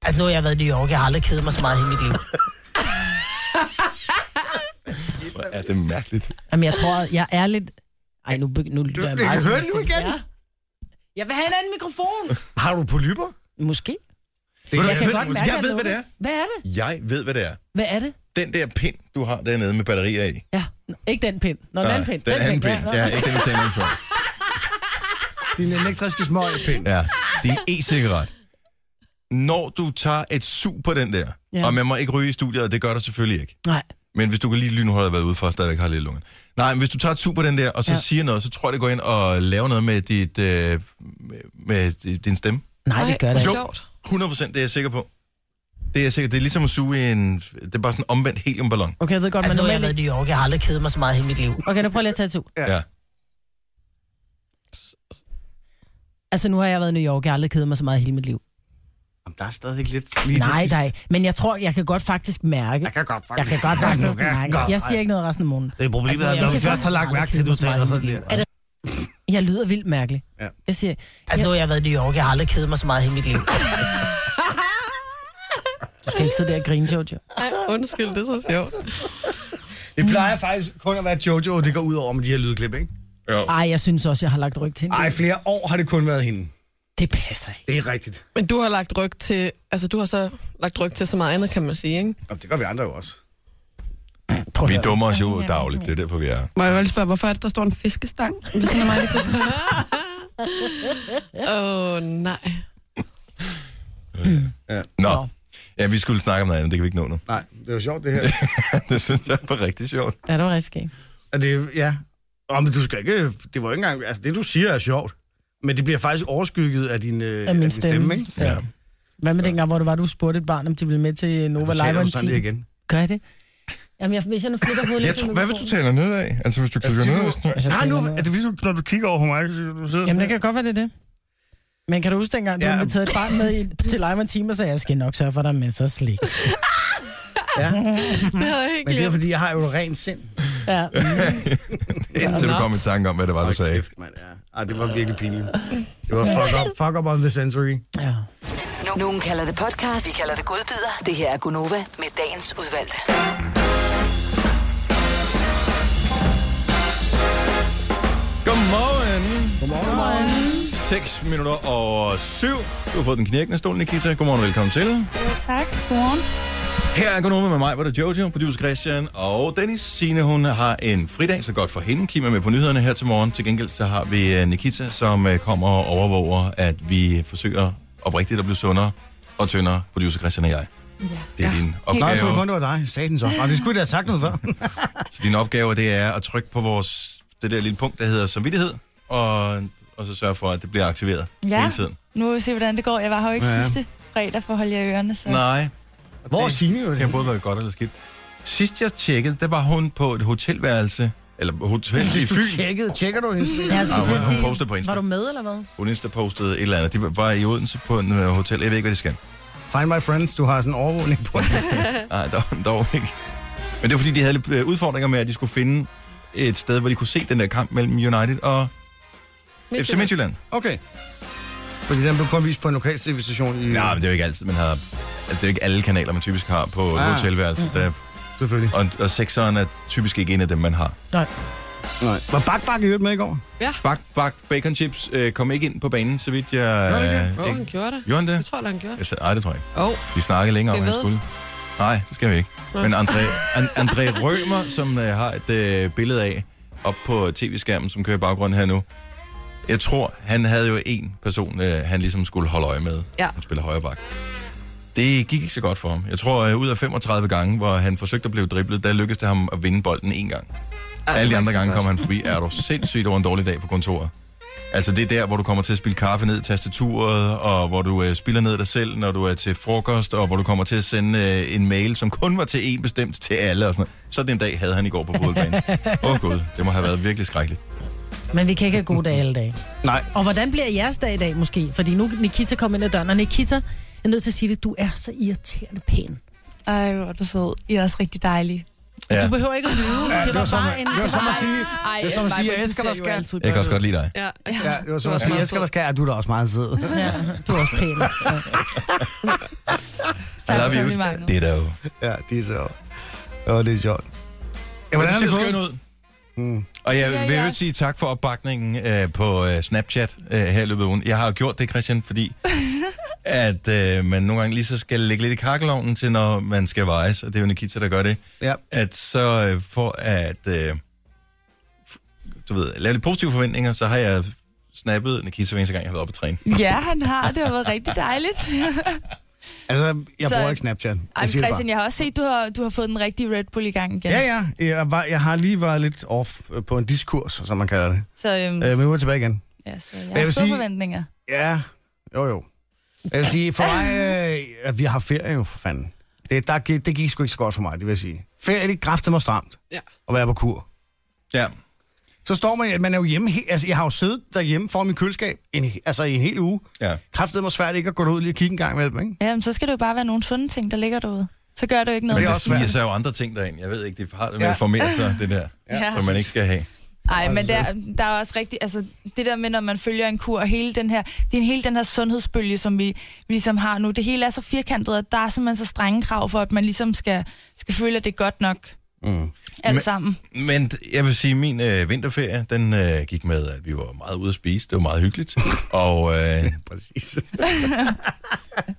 Altså, nu har jeg været i New York. Jeg har aldrig kedet mig så meget i hele mit liv.
Hvor er det mærkeligt.
Jamen, jeg tror, jeg er lidt... Ej, nu, begy- nu lytter jeg
du
meget
kan
til
høre
resten.
det nu igen.
Ja. Jeg vil have en anden mikrofon.
Har du polyper?
Måske.
Det,
Jeg kan godt mærke,
jeg
at
ved, hvad det er.
lukkes. Hvad er det?
Jeg ved, hvad det er.
Hvad er det?
Den der pind, du har dernede med batterier i.
Ja, Nå, ikke den pind. Nå, den anden pind.
Den anden pind.
ja, nå.
Ja, ikke den, vi taler om før.
Din elektriske smøgpind.
Ja, det er
[LAUGHS]
en e-cigaret. Når du tager et sug på den der,
Ja.
ja. og man må ikke ryge i studiet, og det gør der selvfølgelig ikke.
Nej,
Men hvis du kan lige lynhurtigt have været ude for, og stadigvæk har lidt i lungen. Nej, men hvis du tager et sug på den der, og så
Ja.
ja. siger noget, så tror jeg, det går ind og laver noget med, dit, øh, med, med din stemme.
nej, det gør det
Ej,
ikke.
hvor sjovt.
100% det er jeg sikker på. Det er jeg sikker. Det er ligesom at suge i en... Det er bare sådan en omvendt heliumballon.
Okay, jeg ved godt, altså, men normalt...
i New York. Jeg har aldrig kedet mig så meget i hele mit liv.
Okay, nu prøver jeg lige at tage to.
Ja. ja.
Altså, nu har jeg været i New York. Jeg har aldrig kedet mig så meget i hele mit liv.
Jamen, der er stadigvæk lidt lige til
Nej,
sidst.
nej. Men jeg tror, jeg kan godt faktisk mærke...
Jeg kan godt
Jeg
faktisk.
kan godt faktisk
Jeg kan
mærke.
godt.
Jeg siger ikke noget resten af måneden.
Det er problemet,
Altså,
at når
jeg
vi
kan
først har
godt-
lagt mærke til, at du taler så lidt.
Er det- Jeg lyder vildt mærkelig.
Ja.
Jeg siger...
Altså, nu har jeg været i New York. Jeg har aldrig kedet mig så meget i hele mit liv.
Du skal ikke sidde der og grine, Jojo.
Ej, undskyld, det er så sjovt.
Det plejer faktisk kun at være Jojo, det går ud over med de her lydklip, ikke?
Jo.
Ej, jeg synes også, jeg har lagt ryg til hende.
Ej, flere år har det kun været hende.
Det passer ikke.
Det er rigtigt.
Men du har lagt ryg til, altså du har så lagt ryg til så meget andet, kan man sige, ikke?
Jamen, det gør vi andre jo også.
Prøv at
Vi
høre.
dummer os jo dagligt, det er derfor, vi er.
Må jeg godt lige spørge, hvorfor er det, der står en fiskestang ved siden af mig?
Åh, oh, nej.
Nå.
Nå.
Nå. Ja, vi skulle snakke om noget andet, det kan vi ikke nå nu. [LAUGHS]
Nej, det er jo sjovt, det her.
det synes jeg var rigtig sjovt.
Ja, det var rigtig skægt.
Og det, ja. Og, men du skal ikke, det var ikke engang, altså det du siger er sjovt, men det bliver faktisk overskygget af din, øh, af
min
din
stemme.
stemme. stemme, ikke?
Ja.
Hvad med dengang, hvor det var, du spurgte et barn, om de ville med til Nova
Nu
Live
taler
om
du sådan det
10?
igen.
Gør jeg det? Jamen, jeg, hvis jeg nu flytter hovedet
Jeg
lidt
tror,
på
hvad hvis du taler nedad? Altså, hvis du kigger
fordi
ned? [LAUGHS]
du-
sådan her.
mikrofonen, så
Nej,
altså, tænker
nu
jeg,
er det fordi, du, når du kigger over på mig, så du sidder
Jamen, det kan godt være, det er det. Men kan du huske dengang, du
Ja.
ja. inviterede et barn med
[LAUGHS]
i, til Live Team og sagde, jeg skal nok sørge for, at der er masser af slik.
ja.
[LAUGHS]
Det havde jeg ikke
Men det er
glemt.
fordi, jeg har jo rent sind.
Ja.
Indtil du kom i tanke om, hvad det var, du sagde.
Kæft, mand, ja. Ej, det var virkelig pinligt. Det var fuck up, fuck up on the sensory.
ja.
Nu- Nogen kalder det podcast, vi kalder det godbider. Det her er Gunova med dagens udvalgte.
Godmorgen! Godmorgen! 6 minutter over 7. Du har fået den knirkende stol, Nikita. Godmorgen og velkommen til.
Tak, godmorgen.
Her er Gunova med mig, hvor det er Jojo, producer Christian og Dennis. Signe, hun har en fridag, så godt for hende. Kim er med på nyhederne her til morgen. Til gengæld så har vi øh, Nikita, som øh, kommer og overvåger, at vi forsøger oprigtigt at blive sundere og tyndere, producer Christian og jeg. Ja. Det er din
Nej,
opgave.
jeg troede kun, det var dig. Sagde den så. Og det skulle jeg da have sagt noget
[LAUGHS]
før.
Så din opgave, det er at trykke på vores, det der lille punkt, der hedder samvittighed, og, og så sørge for, at det bliver aktiveret
Ja.
hele tiden.
Nu må vi se, hvordan det går. Jeg var her jo ikke
Ja,
ja.
ja.
sidste fredag for at holde jer i ørerne, så...
Nej.
Hvor er
det
Signe jo det?
kan både være godt eller skidt. Sidst jeg tjekkede, der var hun på et hotelværelse, eller hotel i
Hvis du
Fyn.
tjekkede, tjekker du hendes
Jeg
Og
skulle til
hun,
at
hun
sige,
postede på Insta.
var du med, eller hvad?
Hun Insta-postede et eller andet. De var i Odense på en øh, hotel. Jeg ved ikke, hvad de skal.
Find my friends, du har sådan en overvågning på det.
Nej, dog, dog ikke. Men det var, fordi de havde lidt øh, udfordringer med, at de skulle finde et sted, hvor de kunne se den der kamp mellem United og FC Midtjylland.
Okay. Fordi den blev kun vist på en lokal tv-station i...
Nej, men det er jo ikke altid, man har... Altså, det er jo ikke alle kanaler, man typisk har på ah.
Ah.
hotelværelset. Der,
selvfølgelig.
og, og sekseren er typisk ikke en af dem, man har.
Nej. Var Bak Bak i øvrigt med i går?
Bak, bak, bacon chips øh, kom ikke ind på banen, så vidt jeg... øh,
Gjorde han
Åh, han gjorde det.
Gjorde han
Jeg
det?
tror, at han gjorde det.
Jeg sagde, Ej, det tror jeg ikke.
Åh, oh,
Vi snakkede længere om,
Det
at han
ved.
skulle. Nej, det skal vi ikke. Men André, an, André Rømer, som jeg har et øh, billede af op på tv-skærmen, som kører i baggrunden her nu. Jeg tror, han havde jo en person, øh, han ligesom skulle holde øje med.
Ja.
Han spiller højre bak. Det gik ikke så godt for ham. Jeg tror, øh, ud af 35 gange, hvor han forsøgte at blive driblet, der lykkedes det ham at vinde bolden en gang.
ej,
Alle
det
de
var
andre
ikke så
gange
godt.
kommer han forbi. Er du sindssygt over en dårlig dag på kontoret? Altså det er der, hvor du kommer til at spille kaffe ned i tastaturet, og hvor du øh, spiller ned dig selv, når du er til frokost, og hvor du kommer til at sende øh, en mail, som kun var til en bestemt til alle. Og sådan noget. Sådan en dag havde han i går på fodboldbanen. Åh oh, gud, det må have været virkelig skrækkeligt.
Men vi kan ikke have gode dage alle dage.
Nej.
Og hvordan bliver jeres dag i dag måske? Fordi nu Nikita kom ind ad døren, og Nikita jeg er nødt til at sige det. Du er så irriterende pæn.
Ej, hvor er du sød. I er også rigtig dejlige.
Ja,
Du behøver ikke at lyve. Ja, det var bare en...
Det var som at sige,
Ej,
det var som at
ej,
sige, jeg
Michael, du ser
elsker dig,
jo
skat.
altid
jeg kan
godt
også
ud.
godt lide dig.
Ja,
Ja, det var som
Du
at
er
sige,
meget
jeg elsker
sød.
dig, skat. Ja, du er da også meget sød.
Ja, du er også pæn. Ja.
I
Tak for
love you.
komplimentet.
Det er da jo.
Ja, det er sjovt. Åh, det er sjovt. Ja, hvordan er det gået?
ud. Og jeg
Ja,
vil
ja.
jo sige tak for opbakningen øh, på øh, Snapchat øh, her i løbet af ugen. Jeg har jo gjort det, Christian,
[LAUGHS]
fordi at øh, man nogle gange lige så skal lægge lidt i kakkelovnen til, når man skal vejes, og det er jo Nikita, der gør det,
Ja.
at så øh, for at øh, f- du ved, lave lidt positive forventninger, så har jeg snappet Nikita hver eneste gang, jeg har været oppe at træne.
Ja, han har. Det har været rigtig dejligt.
[LAUGHS] Altså, jeg
Så-
bruger ikke Snapchat.
Ej,
Jeg
men
siger det bare.
Christian, jeg har også set, du har, du har fået den rigtige Red Bull i gang igen.
Ja, ja. Jeg, var, jeg har lige været lidt off øh, på en diskurs, som man kalder det.
Så, øhm,
Øh, men nu er jeg tilbage igen.
ja, så jeg
jeg
har
vil
store
sige-
forventninger.
Ja, jo jo. Jeg vil sige, for mig, øh, at vi har haft ferie jo for fanden. Det, der, gik- det gik sgu ikke så godt for mig, det vil jeg sige. Ferie, det kræftede mig stramt
Ja.
at være på kur.
Ja,
Så står man, man er jo hjemme, he- altså jeg har jo siddet derhjemme foran min køleskab, en, he- altså i en hel uge.
ja.
Kræftede mig svært ikke at gå derud lige og kigge en gang med dem, ikke?
Jamen, så skal det jo bare være nogle sunde ting, der ligger derude. Så gør det jo ikke
Men
noget.
det
er
er
også
sniger
svært.
sig jo andre ting derind. Jeg ved ikke, det har det med
Ja.
at formere sig, det der,
[LAUGHS] Ja.
som man ikke skal have.
Nej, men der, der er også rigtig, altså det der med, når man følger en kur, og hele den her, det er hele den her sundhedsbølge, som vi, vi ligesom har nu, det hele er så firkantet, at der er simpelthen så strenge krav for, at man ligesom skal, skal føle, at det er godt nok.
Mm.
Alt
Men-
sammen.
Men d- jeg vil sige, min øh, vinterferie, den øh, gik med, at vi var meget ude at spise. Det var meget hyggeligt. og øh, jeg [LAUGHS]
Præcis.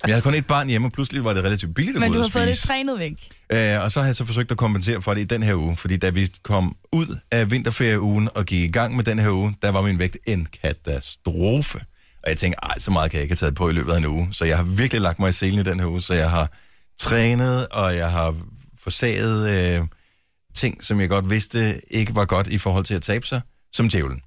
havde kun et barn hjemme, og pludselig var det relativt billigt at
Men
gå
du
ud
har
at
fået det
spise.
trænet væk.
Øh, og så har jeg så forsøgt at kompensere for det i den her uge, fordi da vi kom ud af vinterferieugen og gik i gang med den her uge, der var min vægt en katastrofe. Og jeg tænkte, ej, så meget kan jeg ikke have taget på i løbet af en uge. Så jeg har virkelig lagt mig i selen i den her uge, så jeg har trænet, og jeg har forsaget øh, ting, som jeg godt vidste ikke var godt i forhold til at tabe sig, som djævlen.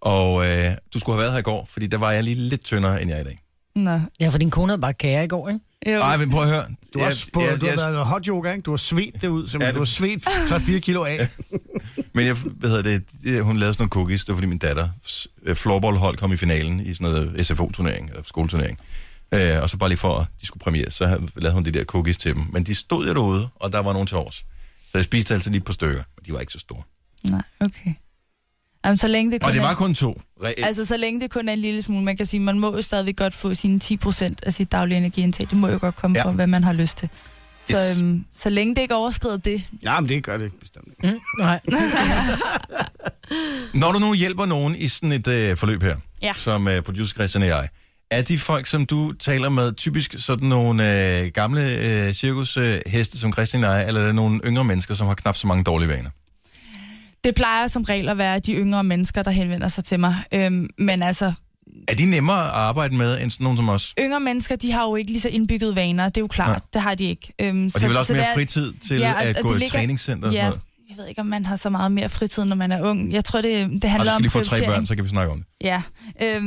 Og øh, du skulle have været her i går, fordi der var jeg lige lidt tyndere, end jeg er i dag.
Nå.
Ja, for din kone havde bare kager i går, ikke?
Jo.
Ej, men prøv at høre.
Du har, også på, du har været noget hot yoga, ikke? Du har svedt det ud, simpelthen.
Ja,
Ja,
det-
Du har svedt 3-4 kilo af.
Men jeg, hvad hedder det, det- hun lavede sådan nogle cookies, det var fordi min datter, øh, floorballhold kom i finalen i sådan noget SFO-turnering, eller skoleturnering. Øh, og så bare lige for, at de skulle premiere, så havde- lavede hun de der cookies til dem. Men de stod jeg derude, og der var nogen til års. Så jeg spiste altså lige et par stykker, men de var ikke så store.
Nej, okay. Jamen, så længe det kun
Og det
er-
var kun to, reelt. Altså,
Altså, så længe det kun er en lille smule, man kan sige, man må jo stadigvæk godt få sine 10% af sit daglige energiindtag. Det må jo godt komme
Ja.
ja. fra, hvad man har lyst til. Så,
Yes.
øhm, så længe det ikke overskrider det.
[LAUGHS] Ja, men det gør det ikke, bestemt ikke.
Mm, nej.
Når du nu hjælper nogen i sådan et øh, forløb her,
Ja.
som øh, producer Christian og jeg, er de folk, som du taler med, typisk sådan nogle øh, gamle øh, cirkusheste som Christian og jeg, eller er det nogle yngre mennesker, som har knap så mange dårlige vaner?
Det plejer som regel at være de yngre mennesker, der henvender sig til mig. Øhm, men altså,
Er de nemmere at arbejde med end sådan nogen som os?
yngre mennesker, de har jo ikke lige så indbygget vaner. Det er jo klart,
Nej.
ja. det har de ikke. Øhm,
Og de har vel også
det
mere
er-
fritid til
Ja,
ja,
og-
at
og
gå
de
i
ligger-
træningscenter og sådan
Ja,
noget.
jeg ved ikke, om man har så meget mere fritid, når man er ung. Jeg tror, det, det
Og
handler
så skal
om
de få tre
prioritering.
børn, så kan vi snakke om det.
Ja, øhm,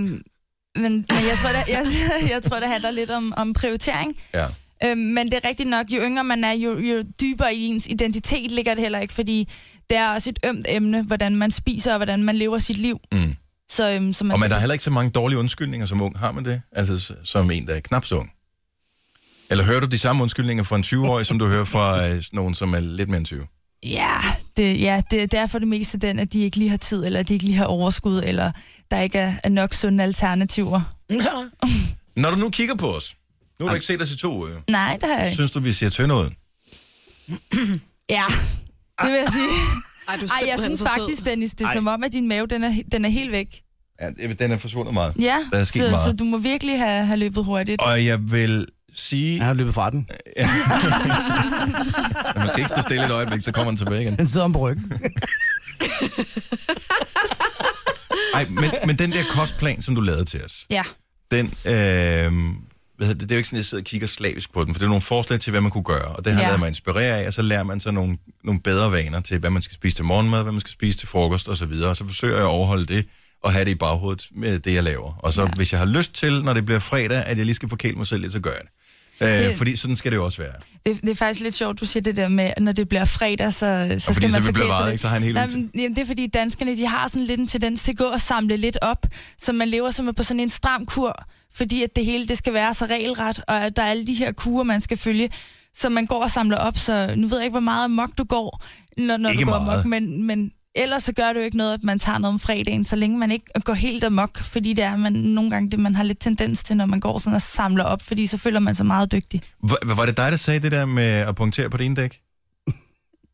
men, men jeg, tror, det, jeg, jeg [LAUGHS] tror, det handler lidt om, om prioritering.
Ja.
Øhm, men det er rigtigt nok, jo yngre man er, jo, jo dybere i ens identitet ligger det heller ikke, fordi det er også et ømt emne, hvordan man spiser og hvordan man lever sit liv.
Mm.
Så, øhm, så man
Og man
skal-
har heller ikke så mange dårlige undskyldninger som ung. Har man det? Altså s- som en, der er knap så ung. Eller hører du de samme undskyldninger fra en 20-årig, som du hører fra øh, nogen, som er lidt mere end 20?
Ja, det, ja det, det er for det meste den, at de ikke lige har tid, eller at de ikke lige har overskud, eller der ikke er, er nok sunde alternativer.
Når du nu kigger på os, nu har du ikke set os i to uger.
Nej, det har jeg ikke.
Synes du, vi ser tynde ud?
Ja, det vil jeg sige.
Ej, du er
Ej, jeg
simpelthen
synes
så sød.
faktisk, Dennis, det er
Ej.
som om, at din mave, den er, den er helt væk.
Ja, det- den er forsvundet meget.
Ja,
Der er
så,
sket meget.
så du må virkelig have, have løbet hurtigt.
Og jeg vil sige... [LAUGHS]
Jeg har løbet fra den.
at Man skal ikke stå stille et øjeblik, så kommer den tilbage igen.
Den sidder om på ryggen.
Ej, men, men den der kostplan, som du lavede til os,
Ja,
den, øh, hvad hedder det, det er jo ikke sådan, at jeg sidder og kigger slavisk på den, for det er nogle forslag til, hvad man kunne gøre, og det har ja.
Ja.
lavet mig inspirere af, og så lærer man så nogle, nogle bedre vaner til, hvad man skal spise til morgenmad, hvad man skal spise til frokost osv., og så forsøger jeg at overholde det, og have det i baghovedet med det, jeg laver. Og så ja. hvis jeg har lyst til, når det bliver fredag, at jeg lige skal forkæle mig selv lidt, så gør jeg det. Øh,
Det-
Fordi sådan skal det jo også være.
det, det er faktisk lidt sjovt, du siger det der med, at når det bliver fredag, så, så
Og fordi
skal
så
man
vi bliver
forkæle sig
varet,
lidt.
ikke, så har jeg en hel uge
Nej,
til.
men, jamen, det er fordi danskerne, de har sådan lidt en tendens til at gå og samle lidt op, så man lever som på sådan en stram kur, fordi at det hele, det skal være så regelret, og at der er alle de her kurer, man skal følge, så man går og samler op, så nu ved jeg ikke, hvor meget amok du går, når, når
Ikke
du går
meget.
amok, men, men ellers så gør det jo ikke noget, at man tager noget om fredagen, så længe man ikke går helt amok, fordi det er man, nogle gange det, man har lidt tendens til, når man går sådan og samler op, fordi så føler man sig meget dygtig.
H- var det dig, der sagde det der med at punktere på det ene dæk?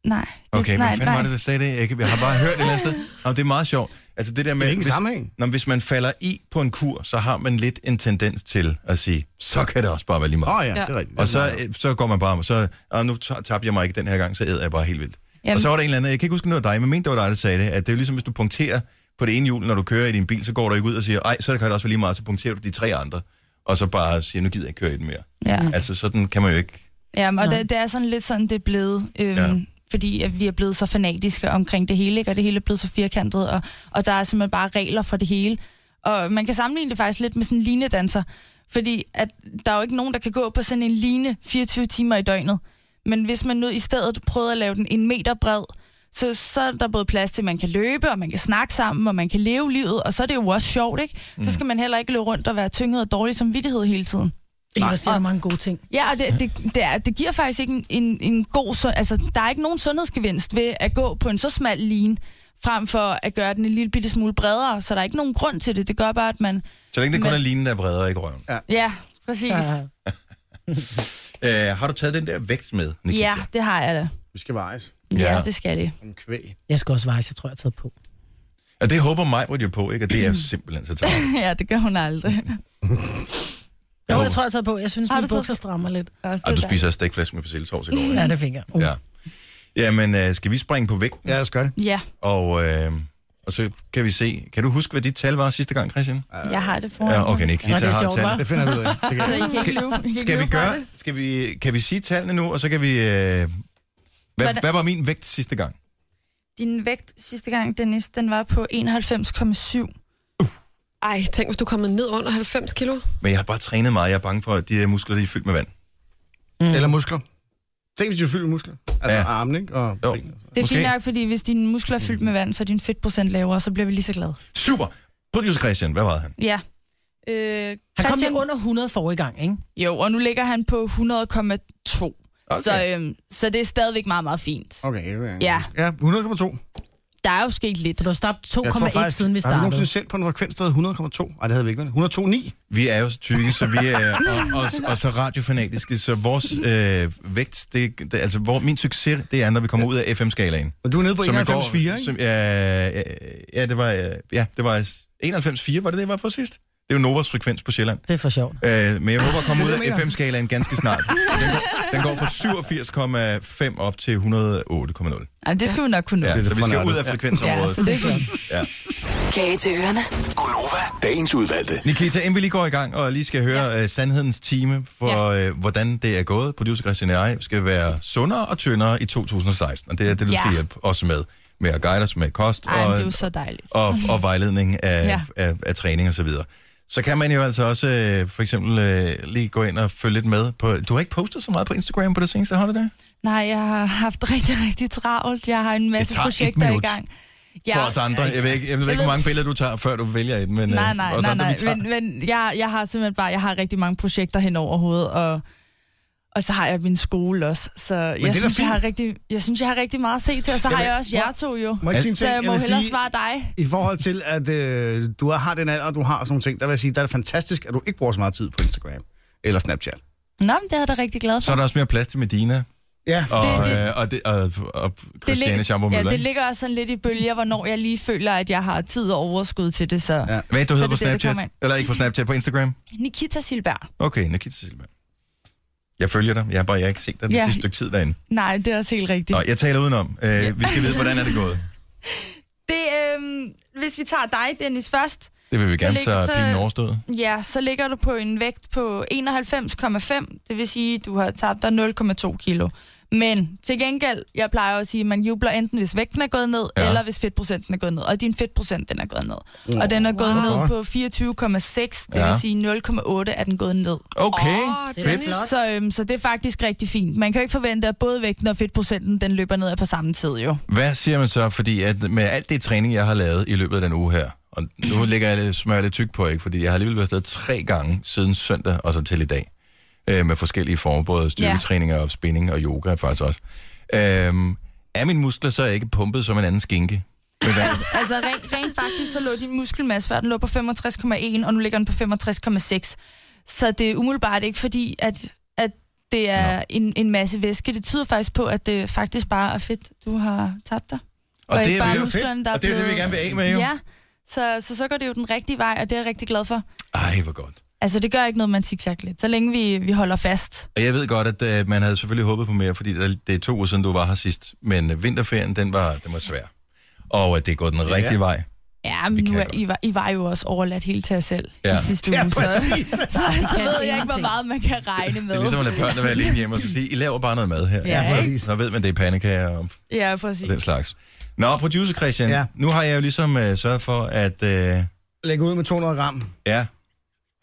Nej. det-
Okay, men
nej,
fanden var det, der sagde det? Jeg, kan- jeg har bare hørt det et eller andet sted. Nå, det er meget sjovt. Altså det der med,
Men ikke
hvis-
sammenhæng.
Nå, men hvis man falder i på en kur, så har man lidt en tendens til at sige, så kan det også bare være lige
Åh
meget.
oh, ja,
Ja.
det er rigtigt.
Og så, øh, så går man bare, og så, og nu ta- tabte jeg mig ikke den her gang, så æder jeg bare helt vildt. Jamen.
Jamen.
Og så var der en eller anden, jeg kan ikke huske, om det var dig, men jeg mente, det var dig, der sagde det, at det er jo ligesom, hvis du punkterer på det ene hjul, når du kører i din bil, så går du ikke ud og siger, ej, så kan det også være lige meget, så punkterer du de tre andre, og så bare siger, nu gider jeg ikke køre i den mere.
Ja.
Altså, sådan kan man jo ikke.
Ja, og
Nå.
det, det er sådan lidt sådan, det er blevet. Øhm,
Ja.
ja. Fordi at vi er blevet så fanatiske omkring det hele, ikke? og det hele er blevet så firkantet, og, og der er simpelthen bare regler for det hele. Og man kan sammenligne det faktisk lidt med sådan en linedanser, fordi at der er jo ikke nogen, der kan gå på sådan en line 24 timer i døgnet. Men hvis man nu i stedet prøvede at lave den en meter bred, så, så er der både plads til, at man kan løbe, og man kan snakke sammen, og man kan leve livet, og så er det jo også sjovt, ikke?
Mm.
Så skal man heller ikke løbe rundt og være tynget af dårlig samvittighed hele tiden.
Ellers er der mange gode ting.
Ja, og det, det, det, er, det giver faktisk ikke en, en, en god... sund- Altså, der er ikke nogen sundhedsgevinst ved at gå på en så smal line, frem for at gøre den en lille bitte smule bredere, så der er ikke nogen grund til det. Det gør bare, at man...
Så længe det kun er
Men-
linen, der er bredere, ikke røven.
Ja, præcis. Ja,
Øh, har du taget den der vægt med, Nikita?
ja det har jeg da.
Vi skal vejes.
Ja,
Ja.
ja det skal det.
En kvæg.
Jeg skal også vejes, jeg tror, jeg har taget på.
Og det håber mig, hvor de er på, ikke? Og
[CLEARS THROAT]
det er simpelthen så tavligt.
[LAUGHS] ja, det gør hun aldrig.
Jo,
håber-
jeg tror, jeg har taget på. Jeg synes,
Har
mine
du taget-
bukser strammer lidt.
Ja, det
Og du
er
spiser stikflæsk med persillesovs i går,
[LAUGHS]
ikke?
Ja, det fik jeg. Uh.
Ja. Jamen, øh, skal vi springe på vægten?
Ja, lad os gøre det.
dejligt. Ja,
Og, øh, og og så kan vi se. Kan du huske, hvad dit tal var sidste gang, Christian?
Jeg har det foran.
Ja, okay,
Nå, det
Nikita
er
har et
sjovt, hva'?
tal.
Det finder vi ud af. Det kan-
Så I kan ikke løbe, I kan ikke
Skal vi
løbe fra
gøre,
det.
skal vi, kan vi sige tallene nu, og så kan vi... Øh, hvad,
Hvordan-
hvad var min vægt sidste gang?
Din vægt sidste gang, Dennis, den var på 91,7.
Ej, tænk, hvis du er kommet ned under 90 kilo.
Men jeg har bare trænet meget. Jeg er bange for, at de her muskler de er fyldt med vand.
Eller muskler. Tænk, hvis du fylder muskler. Altså
Ja.
ja. armen, ikke? Og
Jo.
ben.
Det er
Måske.
fint nok, fordi hvis dine muskler er fyldt med vand, så er din fedtprocent lavere, så bliver vi lige så glade.
Super! Producer Christian, hvad var han?
Ja. Øh,
Han kom lige
Christian,
under 100 for i gang, ikke?
jo, og nu ligger han på 100,2.
Okay.
Så, øhm, så det er stadigvæk meget, meget fint.
Okay. okay.
Ja.
Ja, 100,2.
Der er jo sket lidt.
Så du har stoppet 2,1 siden vi
Har vi nogensinde
startede.
selv på en frekvens, der hed 100,2? Nej, det havde vi ikke. vel? 102,9.
Vi er jo så tykke, så vi er og, og, og så radiofanatiske, så vores øh, vægt, det, det, altså hvor, min succes, det er, når vi kommer ud af FM-skalaen.
Og du er nede på
Som jeg
91,4, ikke?
Som, ja, ja, ja, det var, øh, ja, det var 91,4, var det det, jeg var på sidst? Det er jo Novas frekvens på Sjælland.
Det er for sjovt.
Øh, men jeg håber at komme ud
Det
af
er det, jeg mener.
FM-skalaen ganske
[LAUGHS]
snart. Den går, den går fra 87,5 op til 108,0.
Ej, det skal vi nok kunne nå.
Ja,
er
så
det
vi skal
fornøjet.
ud af
Ja,
frekvensområdet.
så det er godt.
Ja.
Kage til ørerne.
Gunova, dagens udvalgte.
Nikita, inden vi lige går i gang og lige skal høre ja. uh, sandhedens time for ja. uh, hvordan det er gået. Producer Christian og jeg skal være sundere og tyndere i 2016, og det er det, du ja. skal
Ja.
hjælpe os med. Med at guide os med kost
Ej, men
og,
det er jo så dejligt.
og, og vejledning af, ja.
Ja.
af, af træning og så videre. Så kan man jo altså også øh, for eksempel øh, lige gå ind og følge lidt med på... Du har ikke postet så meget på Instagram på det seneste, har du det?
Nej, jeg har haft rigtig, rigtig travlt. Jeg har en masse
tager et
projekter i
minut.
gang.
Ja. For os andre. Jeg ved ikke, jeg ved ikke
ved-
hvor mange billeder du tager, før du vælger et, men
Nej,
øh,
nej,
os
nej,
andre,
nej.
vi tager.
Men, men jeg, jeg har simpelthen bare, jeg har rigtig mange projekter hen over hovedet, og, og så har jeg min skole også. Så
da
jeg synes, jeg
fint.
har, rigtig, jeg synes, jeg har rigtig meget at se til, og så har
Jamen,
jeg også jer to jo.
Må jeg ikke sige en
Så
ting?
jeg må
vil
hellere
sige,
svare dig.
I forhold til, at øh, du har den alder, du har og sådan nogle ting, der vil jeg sige, der er det fantastisk, at du ikke bruger så meget tid på Instagram eller Snapchat.
Nå, men det er jeg da rigtig glad
Så
for.
er der også mere plads til Medina
Ja,
og,
Det- det-
øh, og, det, og, og Christiane Schamburg
ja, det ligger også sådan lidt i bølger, hvornår jeg lige føler, at jeg har tid og overskud til det. Så ja.
Hvad er det, du
Så
hedder på
det er der, det
Snapchat?
kommer ind.
Eller ikke på Snapchat, på Instagram?
Nikita Silberg.
Okay, Nikita Silva. Jeg følger dig. Jeg har bare jeg har ikke set dig det
Ja.
sidste stykke tid derinde.
Nej, det er også helt rigtigt.
Nå, jeg taler udenom. Øh, vi skal vide, hvordan er det gået.
Det, øhm, hvis vi tager dig, Dennis, først.
Det vil vi
Så
gerne,
ligger-
så
så-
pigen overstået.
Ja, så ligger du på en vægt på 91,5. Det vil sige, du har tabt dig 0,2 kilo. Men til gengæld, jeg plejer jo at sige, at man jubler enten, hvis vægten er gået ned,
Ja. Mm.
ja. eller hvis fedtprocenten er gået ned. Og din fedtprocent, den er gået ned. og den er gået ned på 24,6, det
Ja.
vil sige 0,8 er den gået ned.
Okay,
Åh,
oh, fedt.
Dennis.
Så, øhm, så det er faktisk rigtig fint. Man kan jo ikke forvente, at både vægten og fedtprocenten, den løber ned på samme tid jo.
Hvad siger man så? Fordi at med alt det træning, jeg har lavet i løbet af den uge her, og nu ligger jeg lidt, smører jeg lidt tyk på, ikke? fordi jeg har alligevel været afsted tre gange siden søndag og så til i dag, øh, med forskellige former, både styrketræninger og spinning og yoga faktisk også. Øh, er mine muskler så ikke pumpet som en anden skinke? Med vand?
Altså rent, rent faktisk, så lå din muskelmasse før, den lå på 65,1, og nu ligger den på 65,6. Så det er umiddelbart ikke fordi, at, at det er en, en masse væske. Det tyder faktisk på, at det faktisk bare er fedt, du har tabt dig.
Og det
ikke
er
bare
jo fedt.
musklerne, der
Og det er jo det, vi
blevet-
gerne vil af med, jo.
Ja, så, så så går det jo den rigtige vej, og det er jeg rigtig glad for.
Ej, hvor godt.
Altså, det gør ikke noget, man zigzag lidt, så længe vi, vi holder fast.
Og jeg ved godt, at øh, man havde selvfølgelig håbet på mere, fordi der, det er to uger siden, du var her sidst. Men øh, vinterferien, den var, den var svær. Og øh, det er gået den rigtige vej.
Ja,
Vi
men nu
kan
er,
godt.
I, var, I var jo også overladt helt til jer selv
Ja.
ja. i sidste uge, så,
præcis.
[LAUGHS] så, så ved jeg ikke, hvor
ingenting.
meget man kan regne med.
Det er ligesom at lade børnene være alene hjemme og så sige, I laver bare noget mad her.
Ja,
Ja, præcis.
Så ved man, det er pandekager og,
Ja, præcis.
og den slags. Nå, producer Christian, ja.
Ja.
nu har jeg jo ligesom øh, sørget for, at... Øh,
Læg ud med 200 gram
ja,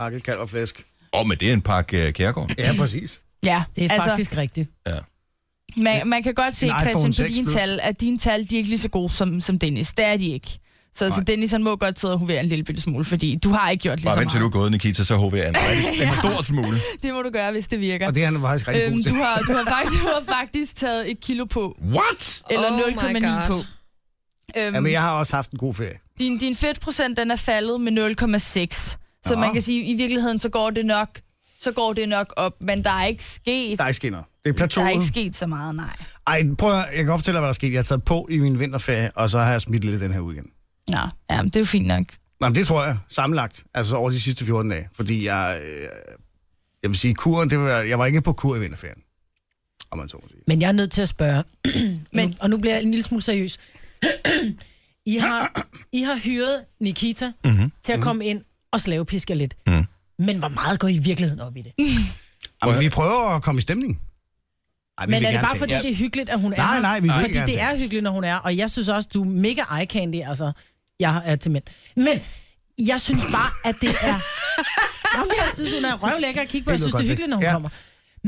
hakket kalv og flæsk.
og med det er en pakke øh, kærgård.
Ja, præcis.
Ja,
Det er altså, faktisk rigtigt.
Man, man kan godt se,
En iPhone
Christian,
6
på dine
Plus.
tal, at dine tal, de er ikke lige så gode som, som Dennis. Det er de ikke. Så, så Dennis, han må godt sidde og hovere en lille bitte smule, fordi du har ikke gjort lige
Bare
så
vent til du er
meget.
gået, Nikita, så håber jeg en,
[LAUGHS]
rigtig- en stor smule.
Det må du gøre, hvis det virker.
Og det er han faktisk rigtig
Øhm,
god til.
du, har, du, har faktisk, du har faktisk taget et kilo på,
What?
eller
Oh my
0,9
God.
på. Øhm,
Jamen, jeg har også haft en god ferie.
din, din fedtprocent, den er faldet med 0,6. Så
Nå.
man kan sige, at i virkeligheden, så går det nok så går det nok op, men der er ikke sket,
Der er ikke sket noget. Det er
der er
plateauet.
ikke sket så meget, nej.
Ej, prøv at, jeg kan godt fortælle dig, hvad der er sket. Jeg har taget på i min vinterferie, og så har jeg smidt lidt den her weekend.
Nå, ja, men det er jo fint nok.
Nej, det tror jeg sammenlagt, altså over de sidste 14 dage. Fordi jeg, øh, jeg vil sige, kuren, det var, jeg var ikke på kur i vinterferien. Om man så må sige.
Men jeg er nødt til at spørge, [CLEARS THROAT]
Men-
men, og nu bliver jeg en lille smule seriøs. [CLEARS THROAT] I har, I har hyret Nikita mm-hmm. til at komme ind og slavepiske jer lidt.
Mm.
Men hvor meget går I i virkeligheden op i det?
Jamen, vi prøver at komme i stemning. Ej, vi
Men
vil
er det
gerne
bare
til.
fordi, det er hyggeligt, at hun er
Nej,
her?
nej, vi vil
Fordi
gerne
det
til.
er hyggeligt, når hun er, og jeg synes også, du er mega eye candy, altså. Jeg er til mænd. Men jeg synes bare, at det
[LAUGHS]
er... Jamen, jeg synes, hun er røvlækker at kigge på.
Det
Jeg synes, det er
lyder
hyggeligt, når hun
godt
ja.
til.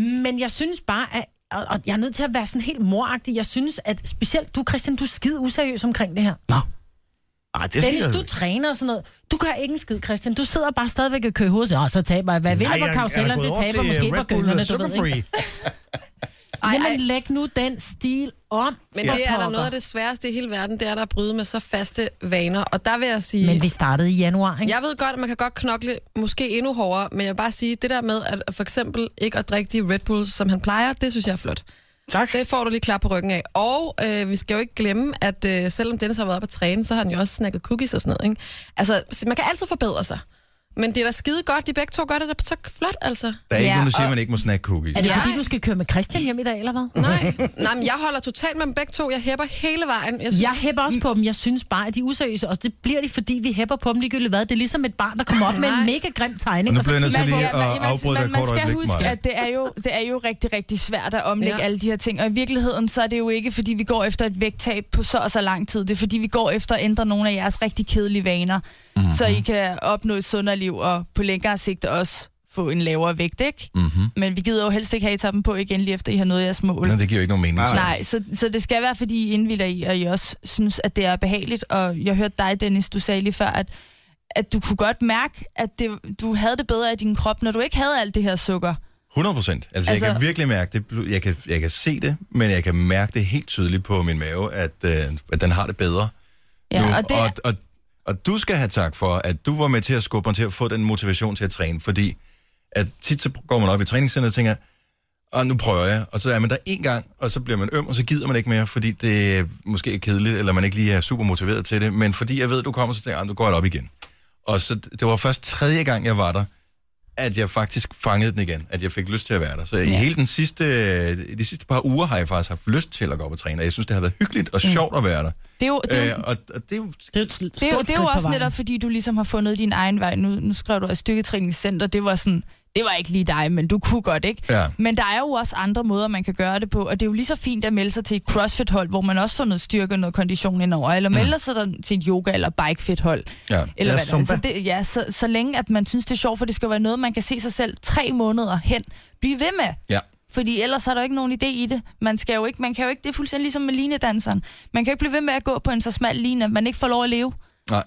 kommer. Men jeg synes bare, at og og jeg er nødt til at være sådan helt moragtig. Jeg synes, at specielt du, Christian, du er skide useriøs omkring det her.
Ej, det synes
Dennis,
jeg-
du træner og sådan noget. Du gør ikke en skid, Christian. Du sidder bare stadigvæk og kører hovedet. Og så taber jeg. Hvad
Nej,
vinder
jeg-
på
jeg er
karusellerne?
gået
Det
over
taber
til øh,
måske
Red
på
Bull
gønnerne, du
Sugar
ved ikke.
Free.
Ej, ej,
Jamen, læg nu den stil om.
men
for
det er da
pokker.
noget af det sværeste i hele verden, det er der at bryde med så faste vaner. Og der vil jeg sige...
Men vi startede i januar,
Mm.
ikke?
Jeg ved godt, at man kan godt knokle måske endnu hårdere, men jeg vil bare sige, det der med at for eksempel ikke at drikke de Red Bulls, som han plejer, det synes jeg er flot.
Tak.
Det får du lige klap på ryggen af. Og øh, vi skal jo ikke glemme, at øh, selvom Dennis har været op at træne, så har han jo også snakket cookies og sådan noget. Ikke? Altså, så man kan altid forbedre sig. Men det er da skide godt, de begge to gør det da så flot, altså.
Der er ikke
Ja,
nogen, der siger,
og-
at man ikke må snakke cookies.
Er det
Ja.
fordi, du skal køre med Christian hjem i dag, eller hvad?
Nej,
[LAUGHS]
nej men jeg holder totalt med dem begge to. Jeg hæpper hele vejen. Jeg
Jeg hæpper også på dem. Jeg synes bare, at de er useriøse, og det bliver de, fordi vi hæpper på dem ligegyldigt hvad. Det er ligesom et barn, der kommer op med en
Nej.
mega grim tegning.
Og nu
og så
bliver jeg nødt til
kigger
lige
man
at afbryde dig
Altså, man,
et
man
kort
skal
øjeblik,
huske,
Maja.
at det er, jo, det er jo rigtig, rigtig svært at omlægge
Ja.
ja. alle de her ting. Og i virkeligheden, så er det jo ikke, fordi vi går efter et vægttab på så og så lang tid. Det er, fordi vi går efter at ændre nogle af jeres rigtig kedelige vaner,
Mhm.
mm-hmm. så I kan opnå et sundere liv og på længere sigt også få en lavere vægt, ikke?
Mm-hmm.
Men vi gider jo helst ikke have, at I tager dem på igen, lige efter I har nået jeres mål.
Nej, det giver jo ikke nogen mening.
Nej.
så.
Nej, så, så det skal være, fordi I indvilder i, og I også synes, at det er behageligt. Og jeg hørte dig, Dennis, du sagde lige før, at, at du kunne godt mærke, at det, du havde det bedre i din krop, når du ikke havde alt det her sukker.
100 procent. Altså, altså,
Altså-
jeg kan virkelig mærke det. Bl- Jeg kan, jeg kan se det, men jeg kan mærke det helt tydeligt på min mave, at, øh, at den har det bedre
Ja,
nu.
og det,
og, og, og du skal have tak for, at du var med til at skubbe mig til at få den motivation til at træne, fordi at tit så går man op i træningscenteret og tænker, og nu prøver jeg, og så er man der en gang, og så bliver man øm, og så gider man ikke mere, fordi det måske er kedeligt, eller man ikke lige er super motiveret til det, men fordi jeg ved, du kommer, så tænker jeg, "Ah, nu går jeg op igen. Og så det var først tredje gang, jeg var der, at jeg faktisk fangede den igen, at jeg fik lyst til at være der. Så i hele den sidste, de sidste par uger har jeg faktisk haft lyst til at gå op og træne, og jeg synes, det har været hyggeligt og sjovt at være der.
det, er jo, det, er jo,
Øh, og, og det er jo
Det er jo et sl-
det, er
stort
jo, det er jo
skridt på
også
vejen.
netop, fordi du ligesom har fundet din egen vej. Nu, nu skrev du også styrketræningscenter, det var sådan... Det var ikke lige dig, men du kunne godt, ikke?
Ja.
Men der er jo også andre måder, man kan gøre det på, og det er jo lige så fint at melde sig til et crossfit-hold, hvor man også får noget styrke og noget kondition indover, eller melde sig der til et yoga- eller bikefit-hold.
Ja.
Eller
Ja,
hvad det, er.
Zumba.
så, det, ja, så, så længe at man synes, det er sjovt, for det skal være noget, man kan se sig selv tre måneder hen. Bliv ved med.
Ja.
Fordi ellers er der jo ikke nogen idé i det. Man, skal jo ikke, man kan jo ikke, det er fuldstændig ligesom med linedanseren. Man kan jo ikke blive ved med at gå på en så smal line, at man ikke får lov at leve.
Nej.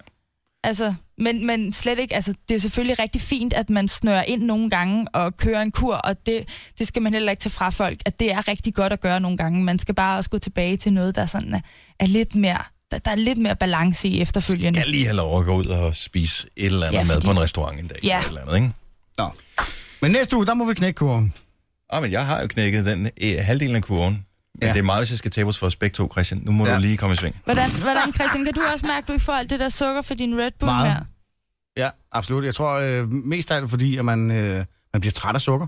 Altså, men, men slet ikke, altså, det er selvfølgelig rigtig fint, at man snører ind nogle gange og kører en kur, og det, det skal man heller ikke tage fra folk, at det er rigtig godt at gøre nogle gange. Man skal bare også gå tilbage til noget, der sådan er, er lidt mere, der, der er lidt mere balance i efterfølgende.
Jeg lige have lov at gå ud og spise et eller andet ja,
Ja,
mad
fordi-
på en restaurant en dag.
Ja.
Eller et eller andet, ikke?
Nå. Men næste uge, der må vi knække kurven.
Ah, men jeg har jo knækket den eh, halvdelen af kurven. Men ja.
Ja.
det er meget, hvis jeg skal tabe os for os begge to, Christian. Nu må ja.
Ja.
du lige komme i sving.
Hvordan, hvordan, Christian, kan du også mærke, at du ikke får alt det der sukker for din Red Bull
Meget.
mere?
Ja, absolut. Jeg tror øh, mest af alt, fordi at man, øh, man bliver træt af sukker.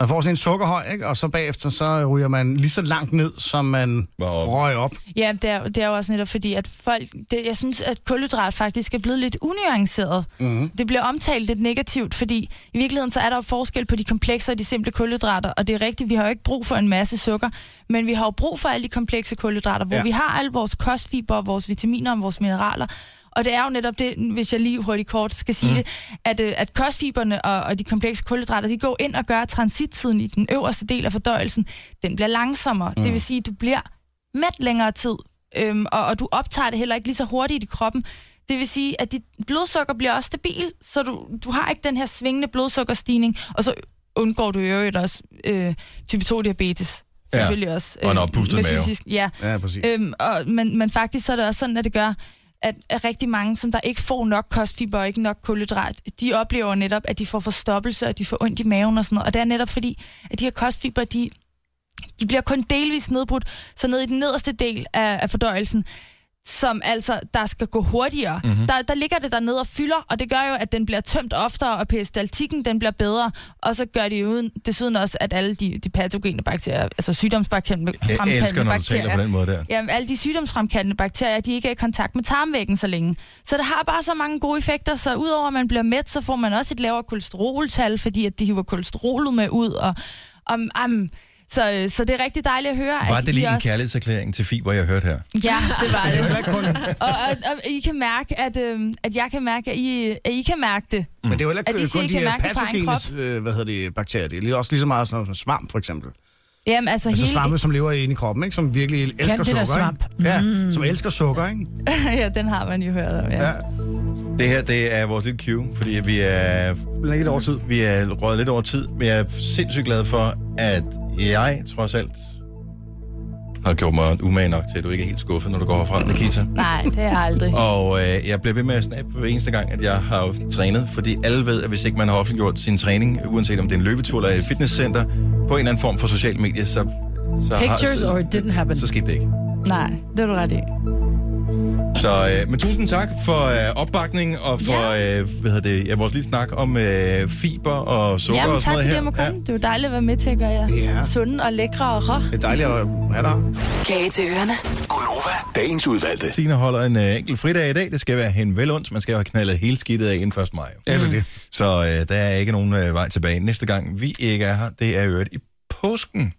Man får sådan en sukkerhøj, ikke? og så bagefter så ryger man lige så langt ned, som man
Og,
røg op.
Ja, det er, det er jo også netop fordi, at folk, det, jeg synes, at kulhydrat faktisk er blevet lidt unuanceret.
Mm-hmm.
Det bliver omtalt lidt negativt, fordi i virkeligheden så er der jo forskel på de komplekse og de simple kulhydrater, og det er rigtigt, vi har jo ikke brug for en masse sukker, men vi har jo brug for alle de komplekse kulhydrater, hvor
Ja.
ja. vi har alle vores kostfiber, vores vitaminer og vores mineraler. Og det er jo netop det, hvis jeg lige hurtigt kort skal sige mm. det, at, øh, at kostfiberne og, og de komplekse kulhydrater, de går ind og gør at transittiden i den øverste del af fordøjelsen, den bliver langsommere. Mm. Det vil sige, at du bliver mæt længere tid, øhm, og, og du optager det heller ikke lige så hurtigt i kroppen. Det vil sige, at dit blodsukker bliver også stabil, så du, du har ikke den her svingende blodsukkerstigning, og så undgår du i øvrigt også øh, type 2-diabetes.
Ja.
Selvfølgelig også. øh,
Og en oppustet
med
mave.
fysisk- Ja,
Ja, præcis.
Øh,
øhm, og, men, men faktisk så er det også sådan, at det gør, at, at rigtig mange, som der ikke får nok kostfiber og ikke nok kulhydrat, de oplever netop, at de får forstoppelse, og de får ondt i maven og sådan noget. Og det er netop fordi, at de her kostfiber, de, de bliver kun delvis nedbrudt, så ned i den nederste del af, af fordøjelsen, som altså, der skal gå hurtigere.
Mhm.
Mm-hmm. Der, der ligger det dernede og fylder, og det gør jo, at den bliver tømt oftere, og peristaltikken den bliver bedre, og så gør det jo uden, desuden også, at alle de, de patogene bakterier, altså sygdomsbakterier,
Jeg elsker, når du taler på den måde der.
Jamen, alle de sygdomsfremkaldende bakterier, de ikke er i kontakt med tarmvæggen så længe. Så det har bare så mange gode effekter, så udover at man bliver mæt, så får man også et lavere kolesteroltal, fordi at de hiver kolesterolet med ud. Og, om, om, så, øh, så det er rigtig dejligt at høre.
Var
at
det
I
lige en
altså, også-
kærlighedserklæring til fiber, jeg hørte her?
Ja, det
[LAUGHS]
var
Det er jo
det.
heller ikke kun, men
Og, og, og I kan mærke, at, øh, at jeg kan mærke, at I, at I kan mærke det.
det er jo heller
At de
ikke
siger,
kun
I
de
kan
her
mærke det på egen
patogenes øh, hvad hedder det, bakterier. Det er lige- også lige så meget sådan noget som svamp, for eksempel.
Jamen, altså,
Altså
hele...
svampe, som lever inde i kroppen, ikke? som virkelig elsker
Kan det
sukker.
der svamp? Mm.
Ikke? Ja, som elsker sukker, ikke?
[LAUGHS] ja, den har man jo hørt om, ja.
Ja.
ja.
Det her, det er vores lille cue, fordi vi er...
Lidt over tid.
Vi er røget lidt over tid, men jeg er sindssygt glad for, at jeg trods alt har gjort mig umage nok til, at du ikke er helt skuffet, når du går herfra, Nikita.
Nej, det er aldrig.
Og øh, jeg bliver ved med at snappe hver eneste gang, at jeg har trænet, fordi alle ved, at hvis ikke man har offentliggjort sin træning, uanset om det er en løbetur eller et fitnesscenter, på en eller anden form for social medie, så, så,
Pictures or
har,
it didn't happen.
så, så skete det ikke.
Nej, det er du ret i.
Så, øh, men tusind tak for øh, opbakningen og for ja. øh, hvad hedder det, ja, vores lille snak om øh, fiber og sukker
Jamen,
og sådan
tak
noget
fordi
her.
jeg må komme. Det er jo dejligt at være med til at gøre jer
Ja.
sunde og lækre og rå.
Det er dejligt at have dig.
Kage til ørerne.
Gunova, dagens udvalgte.
Signe holder en øh, enkelt fridag i dag. Det skal være hen vel ondt. Man skal jo have knaldet hele skidtet af inden 1. maj.
Ja, det er det.
Så øh, der er ikke nogen øh, vej tilbage. Næste gang vi ikke er her, det er jo i påsken.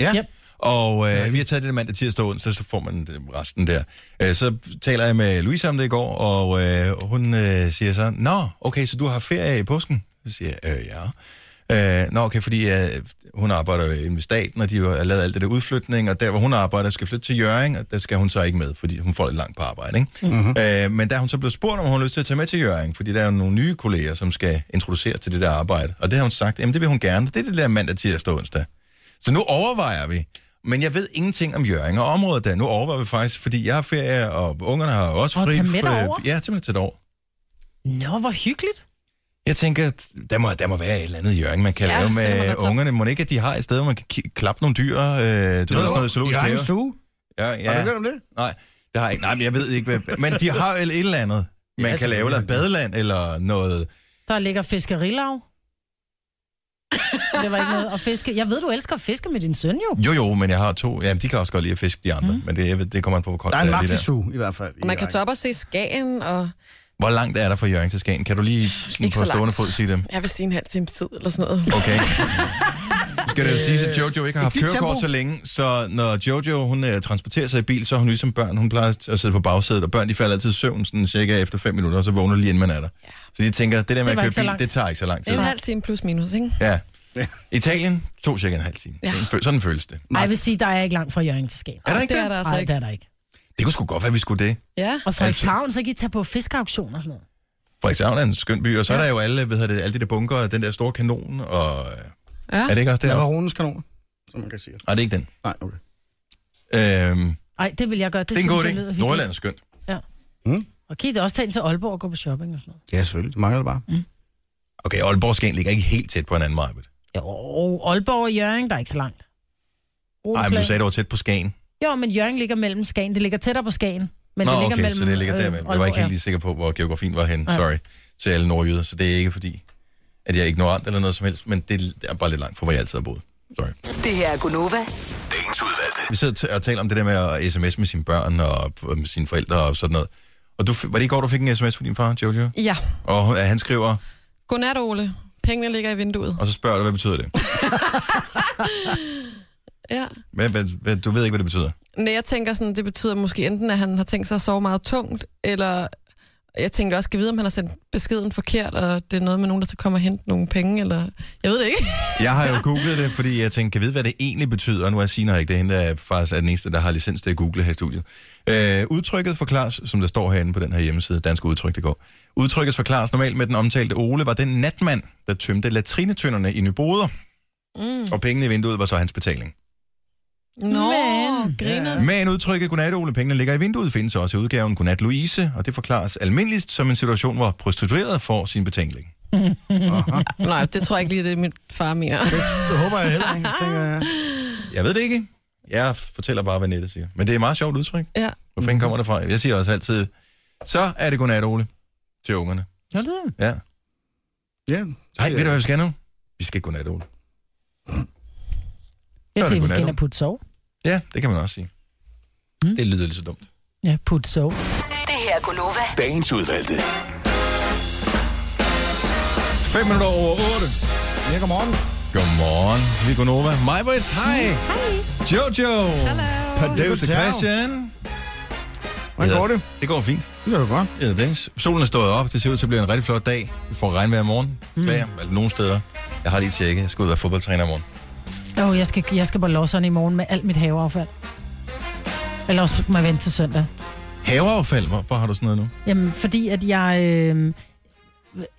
Ja.
Yep.
Og øh, vi har taget det mandag, tirsdag og onsdag, så får man det- resten der. Øh, så taler jeg med Louise om det i går, og øh, hun øh, siger så, Nå, okay, så du har ferie i påsken? Så siger jeg, øh, ja. Øh, nå, okay, fordi øh, hun arbejder jo inde ved staten, og de har lavet alt det der udflytning, og der, hvor hun arbejder, skal flytte til Jøring, og der skal hun så ikke med, fordi hun får lidt langt på arbejde, ikke? Mm-hmm. Øh, men da hun så blev spurgt, om hun har lyst til at tage med til Jøring, fordi der er jo nogle nye kolleger, som skal introduceres til det der arbejde, og det har hun sagt, jamen det vil hun gerne, det er det der mandag, tirsdag og onsdag. Så nu overvejer vi, men jeg ved ingenting om Jørgen og området der. Nu overvejer vi faktisk, fordi jeg har ferie, og ungerne har også
Og
fri.
tage med
fri-
derover?
Ja, simpelthen til over.
Nå, hvor hyggeligt.
Jeg tænker, at der må, der må være et eller andet Jørgen, man kan ja,
Ja,
lave
så kan man
med
da tage-
ungerne. Må det ikke, at de har et sted, hvor man kan ki- klappe nogle dyr? Øh, du ved, sådan noget zoologisk
Jørgen
have.
Zoo.
Ja,
Ja. Har du hørt
ja.
om det?
Nej, det har jeg ikke. Nej, men jeg ved ikke, hvad... Men de har vel et eller andet, man
Ja,
kan lave. Eller et badeland, eller noget...
Der ligger fiskerilav. det var ikke noget at fiske. Jeg ved, du elsker at fiske med din søn jo.
Jo, jo, men jeg har to... Jamen, de kan også godt lide at fiske, de andre. Mm. Men det, jeg ved, det kommer an på, hvor koldt
Der er en
det er lige der.
maxi i hvert fald. i
Og man kan
Jørgen.
tage op og se Skagen, og
Hvor langt er der fra Jørgen til Skagen? Kan du lige sådan
Ikke
på
så
stående
langt.
fod sige det?
jeg vil sige en halv time tid, eller sådan noget.
Okay. Skal det jo sige, at Jojo ikke har haft
dit
kørekort
tempo.
så længe, så når Jojo hun, øh, transporterer sig i bil, så er hun ligesom børn. Hun plejer at sidde på bagsædet, og børn de falder altid i søvn sådan cirka efter 5 minutter, og så vågner de lige inden man er der. Så de tænker, det der med
var
at
ikke så
køre bil,
langt.
det tager ikke så lang
Det
tid.
er en halv time plus minus, ikke?
Ja. Italien tog cirka en halv time.
Ja.
Sådan fø- Sådan føles det.
Nej, jeg vil sige, der er ikke langt fra Jørgen til Skagen.
Er der ikke
det
det?
er der altså
Nej, det
ikke.
er der ikke.
Det kunne sgu godt være, at vi skulle det.
Ja.
Og
Altså-
Frederikshavn, så kan I tage på fiskeauktion og sådan noget.
Frederikshavn er en skøn by, og så er der jo alle, hvad hedder det, alle de der bunker, og den der store kanon, og...
Ah.
øh,
Ja.
Er det ikke også der?
Det
Nej,
var Ronens kanon, som man kan sige.
det er ikke den.
Nej, okay.
Øhm,
Nej, det vil jeg gøre. Det,
det er en god
synes jeg lyder
idé.
hyggeligt.
Nordjylland er skønt.
Og kan I da også tage ind til Aalborg og gå på shopping og sådan noget?
Ja, selvfølgelig. Mm? Det mangler [LAUGHS] det bare.
Okay, Aalborg og Skagen ligger ikke helt tæt på hinanden, Marvitt.
Jo, Aalborg og Jørgen, der er ikke så langt.
Nej, men du sagde, det var tæt på Skagen.
Jo, men Jørgen ligger mellem Skagen. Det ligger tættere på Skagen. Men
Nå,
det ligger
okay,
mellem, øh,
så det ligger der med. Jeg var
Aalborg,
ikke helt
ja.
lige sikker på, hvor geografien var henne.
Ja.
Sorry til alle nordjyder, så det er ikke fordi, at jeg er ignorant eller noget som helst, men det er bare lidt langt fra, hvor jeg altid har boet. Sorry.
Det her er Gunova.
Dagens udvalgte.
Vi sidder t- og taler om det der med at sms med sine børn og og med sine forældre og sådan noget. Og du, f- var det i går, du fik en sms fra din far, Jojo?
Ja.
Og hun- han skriver,
Godnat, Ole. Pengene ligger i vinduet.
og så spørger du, hvad betyder det?
Ja.
Hvad, hvad, hvad, du ved ikke, hvad det betyder.
Nej, jeg tænker sådan, det betyder måske enten, at han har tænkt sig at sove meget tungt, eller jeg tænkte også, at vide, om han har sendt beskeden forkert, og det er noget med nogen, der så kommer og hente nogle penge, eller... Jeg ved det ikke.
Jeg har jo googlet det, fordi jeg tænkte, kan jeg vide, hvad det egentlig betyder? Og nu er Sina ikke det, er hende der er faktisk er den eneste, der har licens til at google her i studiet. Øh, udtrykket forklares, som der står herinde på den her hjemmeside, Dansk Udtryk, det går. Udtrykket forklares normalt med den omtalte Ole, var den natmand, der tømte latrinetønderne i Nyboder,
Mm.
og pengene i vinduet var så hans betaling.
Nå,
Men-
griner.
Men udtrykket godnat Ole, pengene ligger i vinduet, findes også i udgaven godnat Louise, og det forklares almindeligst som en situation, hvor prostitueret får sin betaling.
[LAUGHS] Nej, det tror jeg ikke lige, det er mit far mere.
Det håber jeg heller ikke. Tænker, jeg.
Jeg ved det ikke. Jeg fortæller bare, hvad nettet siger. Men det er et meget sjovt udtryk.
Ja.
Hvor fanden kommer det fra? Jeg siger også altid, så er det godnat, Ole, til ungerne.
Nå, det er det.
Ja.
Ja.
Nej, ved du, hvad vi skal nu? Vi skal godnat, Ole.
Jeg
Så er det
siger, vi
godnat,
skal ind og Hmm?
du.
putte sove.
Ja, det kan man også sige. Mm. Det lyder lidt så dumt.
Ja, putte sove.
Det her er Gunova.
Dagens udvalgte.
5 minutter over 8.
Ja, godmorgen.
Godmorgen. Vi er Gunova. Majbrits, hej.
Hmm,
Hej. Jojo.
Hello.
Padeu til
Goddag.
Christian.
Hvordan går det?
Det går fint.
Det går godt.
Jeg hedder Dennis. Solen er stået op. Det ser ud til at blive en rigtig flot dag. Vi får regnvejr i morgen. Klager. Mm. Altså nogle steder. Jeg har lige tjekket. Jeg skal ud og være fodboldtræner i morgen.
Åh, oh, jeg, skal, jeg skal på losseren i morgen med alt mit haveaffald. Eller også må jeg vente til søndag.
Haveaffald. Hvorfor har du sådan noget nu?
Jamen, fordi at jeg, øh,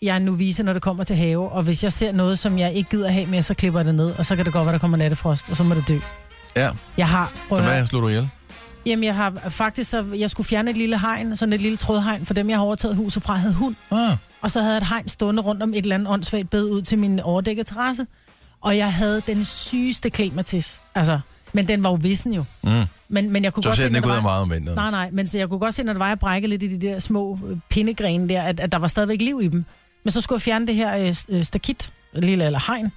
jeg er en novice, når det kommer til have, og hvis jeg ser noget, som jeg ikke gider have mere, så klipper jeg det ned, og så kan det godt være, der kommer nattefrost, og så må det dø.
Ja.
Jeg har, prøv
Så
at høre,
hvad slår du ihjel?
jamen jeg har faktisk, så jeg skulle fjerne et lille hegn, sådan et lille trådhegn, for dem, jeg har overtaget huset fra, havde hund.
Ah.
Og så havde jeg et hegn stående rundt om et eller andet åndssvagt bed ud til min overdækkede terrasse. Og jeg havde den sygeste klematis. Altså, men den var jo vissen jo.
Mm.
Men, men jeg kunne
Så
godt
ser
se,
den
når
ikke ud
der
af
var...
meget om vinteren.
Nej, nej, men så jeg kunne godt se, når det var, jeg brækkede lidt i de der små øh, pindegrene der, at, at der var stadigvæk liv i dem. Men så skulle jeg fjerne det her øh, s- øh, stakit, lille eller hegn.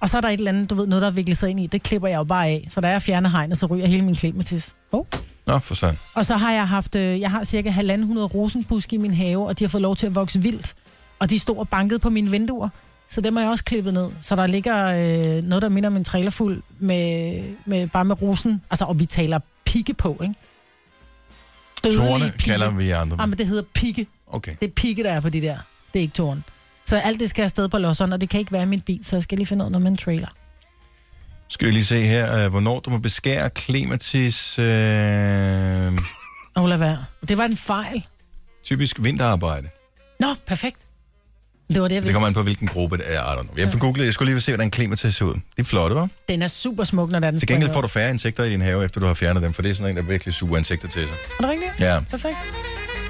Og så er der et eller andet, du ved, noget, der er viklet sig ind i. Det klipper jeg jo bare af. Så da jeg fjerner hegnet, så ryger hele min klematis. Oh.
Nå, for sådan.
Og så har jeg haft, øh, jeg har cirka 1.500 rosenbuske i min have, og de har fået lov til at vokse vildt. Og de stod og bankede på mine vinduer, så dem har jeg også klippet ned. Så der ligger øh, noget, der minder om en trailer fuld, med, med, bare med rosen. Altså, og vi taler pigge på, ikke? Dødelige
Torne
pigge.
kalder vi andre.
Ah, men det hedder pigge.
Okay.
Det er pigge, der er på de der. Det er ikke tårn. Så alt det skal afsted på losseren, og det kan ikke være i min bil, så jeg skal lige finde ud af noget med en trailer.
Skal vi lige se her, øh, hvornår du må beskære øh, klematis øh,
Åh, lad være. Det var en fejl.
typisk vinterarbejde.
Nå, perfekt. Det var det, jeg
Det
vidste.
kommer an på, hvilken gruppe det er. I don't know. Jeg, får googlet, jeg skulle lige se, hvordan klimatis ser ud. Det er flot, hva'?
Den er super smuk, når der er den
Til gengæld får du færre insekter i din have, efter du har fjernet dem, for det er sådan en, der virkelig suger insekter til sig.
Er det rigtigt?
Ja.
Perfekt.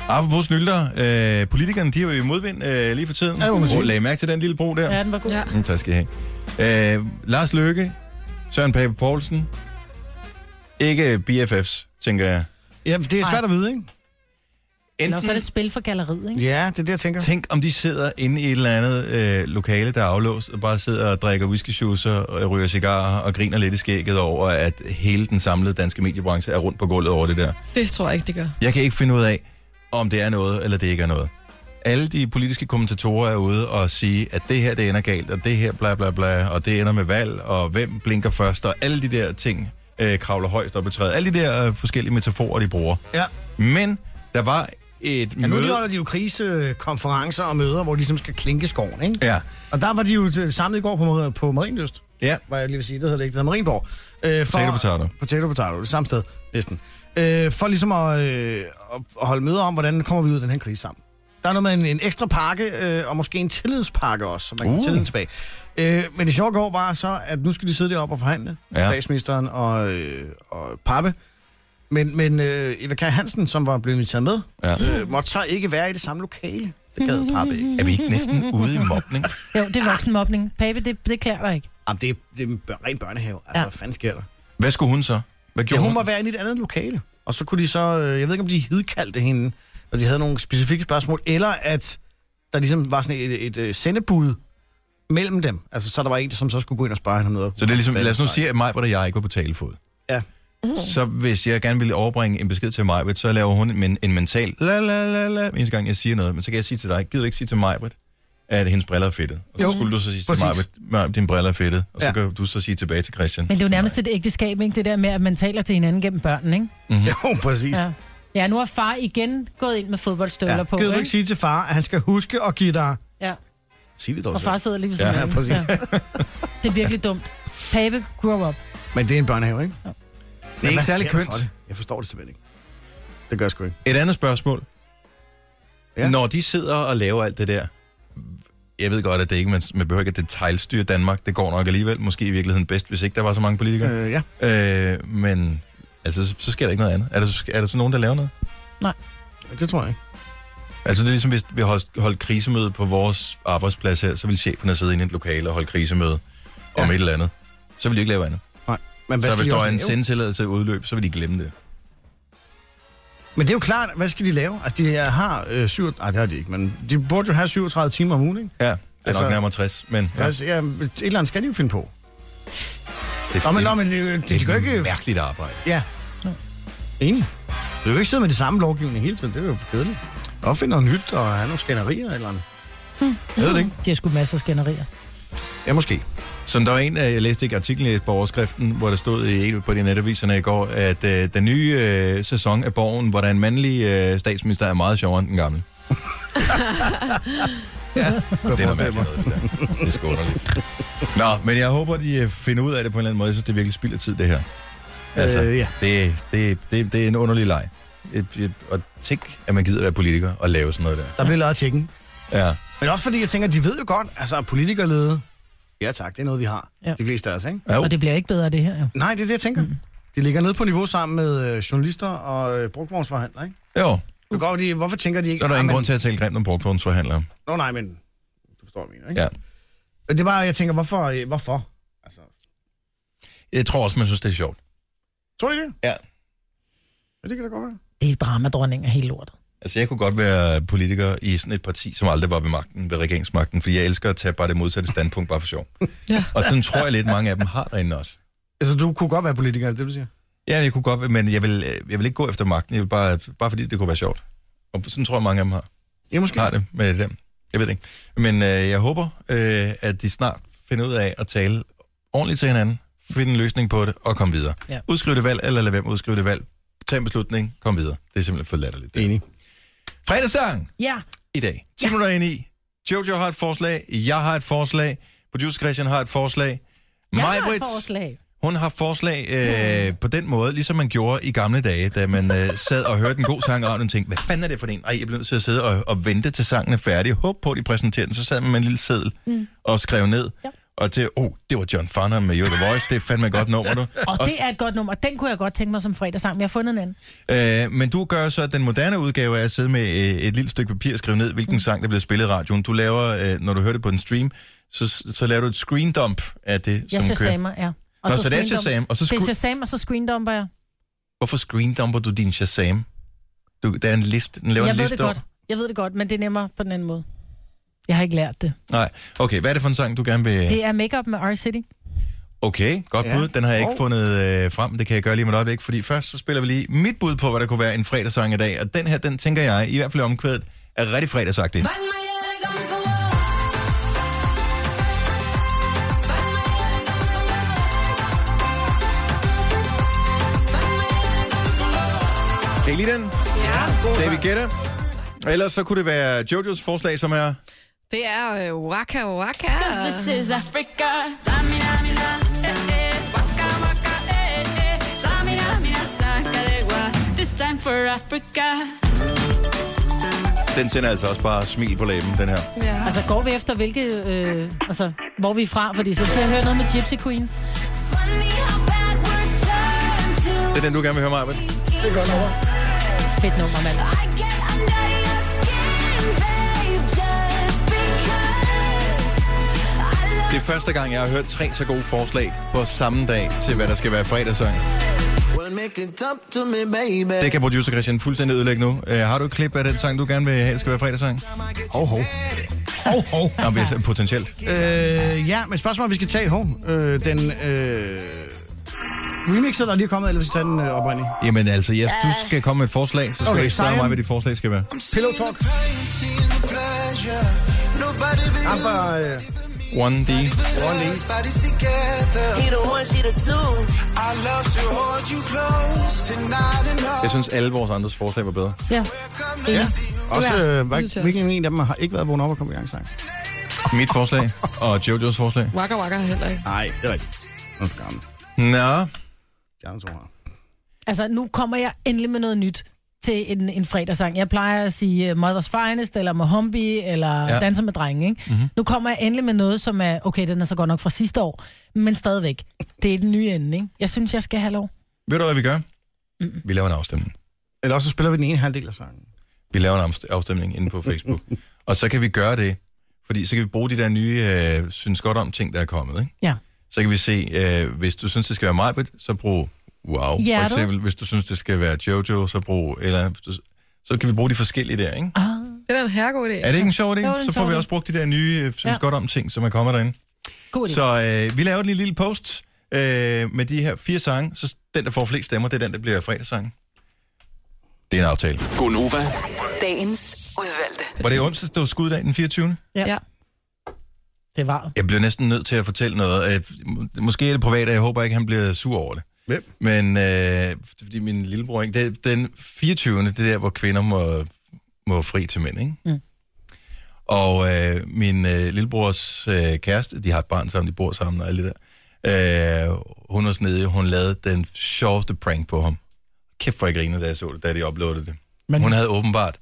Apropos snylter, øh, politikerne, de er jo i modvind øh, lige for tiden.
Ja, må man sige.
Åh, Lagde I mærke til den lille bro der?
Ja, den var god.
Ja.
Ja.
Mm, tak skal I have. Øh, Lars Løkke, Søren Pape Poulsen. Ikke BFF's, tænker jeg.
Ja, det er svært at vide, ikke?
Enten,
Eller også er det spil for galleriet, ikke?
Ja, det er det, jeg tænker.
tænk om de sidder inde i et eller andet øh, lokale, der er aflåst, og bare sidder og drikker whisky shootser, og ryger cigarer og griner lidt i skægget over, at hele den samlede danske mediebranche er rundt på gulvet over det der.
Det tror jeg ikke, det gør.
Jeg kan ikke finde ud af, om det er noget, eller det ikke er noget. Alle de politiske kommentatorer er ude og sige, at det her, det ender galt, og det her, bla bla bla, og det ender med valg, og hvem blinker først, og alle de der ting øh, kravler højst op i træet. Alle de der øh, forskellige metaforer, de bruger.
Ja.
Men der var et
Ja, nu
møde...
de holder de jo krisekonferencer og møder, hvor de ligesom skal klinke skoven, ikke?
Ja,
Og der var de jo til- samlet i går på, Mar- på Marienlyst,
ja.
var jeg lige vil sige. Det hedder det ikke, det hedder Marienborg. Øh, for,
Potato, potato.
Potato Potato, det samme sted, næsten. Øh, for ligesom at, øh, at holde møder om, hvordan kommer vi ud af den her krise sammen. Der er noget med en, en ekstra pakke, øh, og måske en tillidspakke også, så man kan uh.
Uh.
tilliden tilbage. Øh, men det sjove går var så, at nu skal de sidde deroppe og forhandle,
Ja.
ja. statsministeren og, øh, og Pappe. Men, men øh, Eva Kaj Hansen, som var blevet inviteret med,
Ja.
øh, måtte så ikke være i det samme lokale. Det gad Pappe ikke.
Er vi ikke næsten ude i mobning?
Jo, det er voksenmobning. Pape, det, det klæder dig ikke.
Jamen, det er, det er en bør- ren børnehave. Altså, ja.
Ja.
hvad fanden sker der?
Hvad skulle hun så? Hvad
Ja,
gjorde
hun må være inde i et andet lokale. Og så kunne de så, øh, jeg ved ikke, om de hidkaldte hende, når de havde nogle specifikke spørgsmål, eller at der ligesom var sådan et, et, et øh, sendebud mellem dem. Altså, så der var en, som så skulle gå ind og spare hende om noget.
Så det er ligesom, lad os nu sige, at Majbert og jeg ikke var på talefod.
Ja.
Så hvis jeg gerne ville overbringe en besked til Majbert, så laver hun en, en mental la la la la, hver eneste gang jeg siger noget. Men så kan jeg sige til dig, gider du ikke sige til Majbert, at hendes briller er fedtet? Og så
Jo,
skulle du så sige
præcis.
til Majbert, Majbert, dine briller er fedtet. Og så
Ja.
ja. kan du så sige tilbage til Christian.
Men det er jo nærmest et ægteskab, ikke? Det der med, at man taler til hinanden gennem børnene, ikke?
Mhm.
[LAUGHS] Jo, præcis. Ja.
Ja. Ja, nu har far igen gået ind med fodboldstøvler
Ja.
på,
Gider du
ikke?
ikke sige til far, at han skal huske at give dig...
Ja,
Sig det dog
og
selv.
far sidder lige ved
Ja,
siden af.
præcis.
Ja. Det er virkelig dumt. Pape, grow up.
Men det er en børnehave, ikke? Ja.
Det er ikke særlig kønt.
Jeg forstår det simpelthen ikke. Det gør jeg sgu ikke.
Et andet spørgsmål.
Ja.
Ja. Når de sidder og laver alt det der, jeg ved godt, at det ikke, man, man behøver ikke at detaljstyre Danmark. Det går nok alligevel, måske i virkeligheden bedst, hvis ikke der var så mange politikere.
Øh, ja.
Øh, men altså, så, så sker der ikke noget andet. Er der, er der så nogen, der laver noget?
Det tror jeg ikke.
Altså, det er ligesom, hvis vi holdt, holdt krisemøde på vores arbejdsplads her, så ville cheferne sidde inde i et lokale og holde krisemøde ja. om
Ja.
et eller andet. Så ville de ikke lave andet.
Nej. Men
Hvad så
skal
hvis
de
der
også
er en
lave?
sendetilladelse udløb, så vil de glemme det.
Men det er jo klart, hvad skal de lave? Altså, de har øh, 7... Nej, det har de ikke, men de burde jo have 37 timer om ugen, ikke?
Ja, det er altså,
Altså-
nok nærmere 60, men...
Ja. Altså, ja, et eller andet skal de jo finde på.
det,
Nå, men, nå,
det,
men de, de, de
det,
kan
er
jo
et
ikke...
mærkeligt arbejde.
Ja. Enig. Du kan jo ikke sidde med det samme lovgivning hele tiden. Det er jo for kedeligt. Og finde noget nyt og have nogle skænderier eller andet. Jeg ved det ikke.
De har sgu masser af skænderier.
Ja, måske.
Som der var en, øh, jeg læste ikke artiklen jeg læste på overskriften, hvor der stod i en på de netaviserne i går, at øh, den nye øh, sæson af Borgen, hvor der er en mandlig øh, statsminister, er meget sjovere end den gamle. ja, det er noget mærkeligt noget, det der. Det er sgu underligt. Nå, men jeg håber, de øh, finder ud af det på en eller anden måde. Jeg synes, det er virkelig spild af tid, det her. Altså,
Øh, ja.
det, det, det, det er en underlig leg. Et- et- Og tænk, at man gider være politiker og lave sådan noget der.
Der bliver lavet tjekken.
Ja.
Men også fordi jeg tænker, de ved jo godt, altså at politikerlede, ja tak, det er noget, vi har. Ja.
Ja.
De fleste af os, ikke?
Jo.
Og det bliver ikke bedre af det her, jo.
Nej, det er det, jeg tænker. Mm. De ligger nede på niveau sammen med øh, journalister og øh, brugvognsforhandlere, ikke?
jo,
Du går, de, hvorfor tænker de ikke...
så er der
"Ah,
ingen
men-
grund til at tale grimt om brugtvognsforhandlere.
Nå nej, men du forstår, hvad jeg mener, ikke?
Ja.
Og Det er bare, jeg tænker, hvorfor? øh, hvorfor? Altså,
Jeg tror også, man synes, det er sjovt.
tror I det?
Ja.
Ja, det kan da godt være.
Det er dramadronning af hele lortet.
Altså, jeg kunne godt være politiker i sådan et parti, som aldrig var ved magten, ved regeringsmagten, fordi jeg elsker at tage bare det modsatte standpunkt, bare for sjov.
Ja.
Og sådan tror jeg lidt, mange af dem har derinde også.
Altså, du kunne godt være politiker, er det det, du siger?
Ja, jeg kunne godt, være- men jeg vil, øh, jeg vil ikke gå efter magten, jeg vil bare, bare fordi det kunne være sjovt. Og sådan tror jeg, mange af dem har,
Ja, måske.
har det med dem. Jeg ved det ikke. Men øh, jeg håber, øh, at de snart finder ud af at tale ordentligt til hinanden, finde en løsning på det og komme videre.
Ja.
Udskriv det valg, eller lad være med at udskrive det valg. Tag en beslutning, kom videre. Det er simpelthen for latterligt. det.
Enig.
Fredagssang!
Ja,
i dag. 10 ja. minutter ind i. Jojo har et forslag. Jeg har et forslag. Producer Christian har et forslag.
jeg har et
Maj-Brits,
forslag.
hun har forslag øh, på den måde, ligesom man gjorde i gamle dage, da man øh, sad og hørte en god sang i radioen og tænkte, hvad fanden er det for en? Ej, jeg bliver nødt til at sidde og, og vente til sangen er færdig. Håb på, at de præsenterer den. Så sad man med en lille seddel mm. og skrev ned. Ja. Og til, oh, det var John Farnham med You're the Voice. Det er fandme et godt nummer, du.
Og det er et godt nummer. Den kunne jeg godt tænke mig som fredagssang, men jeg har fundet en anden.
Øh, men du gør så den moderne udgave af at sidde med øh, et lille stykke papir og skrive ned,
Mm.
hvilken sang, der bliver spillet i radioen. Du laver, øh, når du hører det på en stream, så, så laver du et screen dump af det,
Jeg
som kører.
shazamer, ja. Og
Nå, så det er
screendump-
Shazam, og så
Det er
scre-
Shazam, og så screendumper jeg.
Hvorfor screen dumper du din Shazam? Du, der er en liste, den laver
Jeg
en
ved
liste
det godt. Jeg ved det godt, men det er nemmere på den anden måde. Jeg har ikke lært det.
over- Nej, okay, hvad er det for en sang, du gerne vil...
Det er Makeup med R-City.
Okay, godt
Ja.
bud. Den har jeg ikke
Og-
fundet øh, frem, det kan jeg gøre lige med et øjeblik, fordi først så spiller vi lige mit bud på, hvad der kunne være en fredagssang i dag, og den her, den tænker jeg, i hvert fald i omkvædet, er rigtig fredagsagtig. Kan I lide den?
Ja,
David Guetta? Ellers så kunne det være Jojos forslag, som er...
det er øh, Waka Waka.
Den sender altså også bare smil på læben, den her.
Ja.
Altså, går vi efter, hvilke, øh, altså, hvor vi er fra? Fordi så skal jeg høre noget med Gypsy Queens.
Det er den, du gerne vil høre mig, Britt.
Fedt nummer, mand.
Det er første gang, jeg har hørt tre så gode forslag på samme dag til, hvad der skal være fredagssang. Det kan producer Christian fuldstændig ødelægge nu. Uh, har du et klip af den sang, du gerne vil have, skal være fredagssang?
Hov, hov. Hov, hov.
Nå, men jeg sagde potentielt.
Øh, ja, men spørgsmålet, vi skal tage hov. Øh, den øh, remixer, der lige er kommet, eller vi skal tage den øh, oprindelige.
Jamen altså, ja, du skal komme med et forslag, så skal okay,
Okay,
du ikke spørge
Zion.
mig, hvad dit forslag skal være.
Pillow Talk. Abba, øh,
1D. Jeg synes, alle vores andres forslag var bedre.
Ja.
ja. Også,
Ja,
øh,
det synes jeg
hvad, hvilken
også.
en af dem har ikke været vågen op og kommet i gang sang?
Mit forslag og Jojos forslag.
Waka Waka er heller ikke.
Nej, det er rigtigt. Nu er det for gammel.
Nå,
De andre to har.
Altså, nu kommer jeg endelig med noget nyt til en, en fredagssang. Jeg plejer at sige uh, Mother's Finest, eller Mohombi, eller
Ja. Mhm.
ja. Danser med drenge, ikke? Mm-hmm. Nu kommer jeg endelig med noget, som er, okay, den er så godt nok fra sidste år, men stadigvæk, det er den nye ende, ikke? Jeg synes, jeg skal have lov.
ved du, hvad vi gør? Vi laver en afstemning.
Eller også så spiller vi den ene halvdel af sangen.
Vi laver en afst- afstemning inde på Facebook. og så kan vi gøre det, fordi så kan vi bruge de der nye, øh, synes godt om ting, der er kommet. Ikke?
Ja.
Så kan vi se, øh, hvis du synes, det skal være mig, så brug Wow.
Hjertet.
For eksempel, hvis du synes, det skal være Jojo, så brug, eller hvis du, så kan vi bruge de forskellige der, ikke?
Ah,
Det er da en herregod idé.
Er det ikke en sjov idé?
Jo, det er en
Så får
sjov
vi
idé.
også brugt de der nye, øh, synes
Ja.
godt om ting, som er kommet derinde.
God idé.
Så øh, vi laver lige en lille post øh, med de her fire sange, så den, der får flest stemmer, det er den, der bliver fredagssangen. Det er en aftale.
Gonova,
Dagens udvalgte.
Var det onsdag, der var skuddag den 24.
Ja.
Det var.
Jeg bliver næsten nødt til at fortælle noget. Øh, må- Måske er det privat, og jeg håber ikke, han bliver sur over det.
Hvem?
Men øh, det er fordi min lillebror, ikke? Det, er den 24. det er der, hvor kvinder må, må fri til mænd, ikke?
Mm.
Og øh, min øh, lillebrors øh, kæreste, de har et barn sammen, de bor sammen og alt det der. Øh, hun var snedig, hun lavede den sjoveste prank på ham. Kæft for jeg grinede, da jeg så det, da de uploadede det. Men...
Men-
Hun havde åbenbart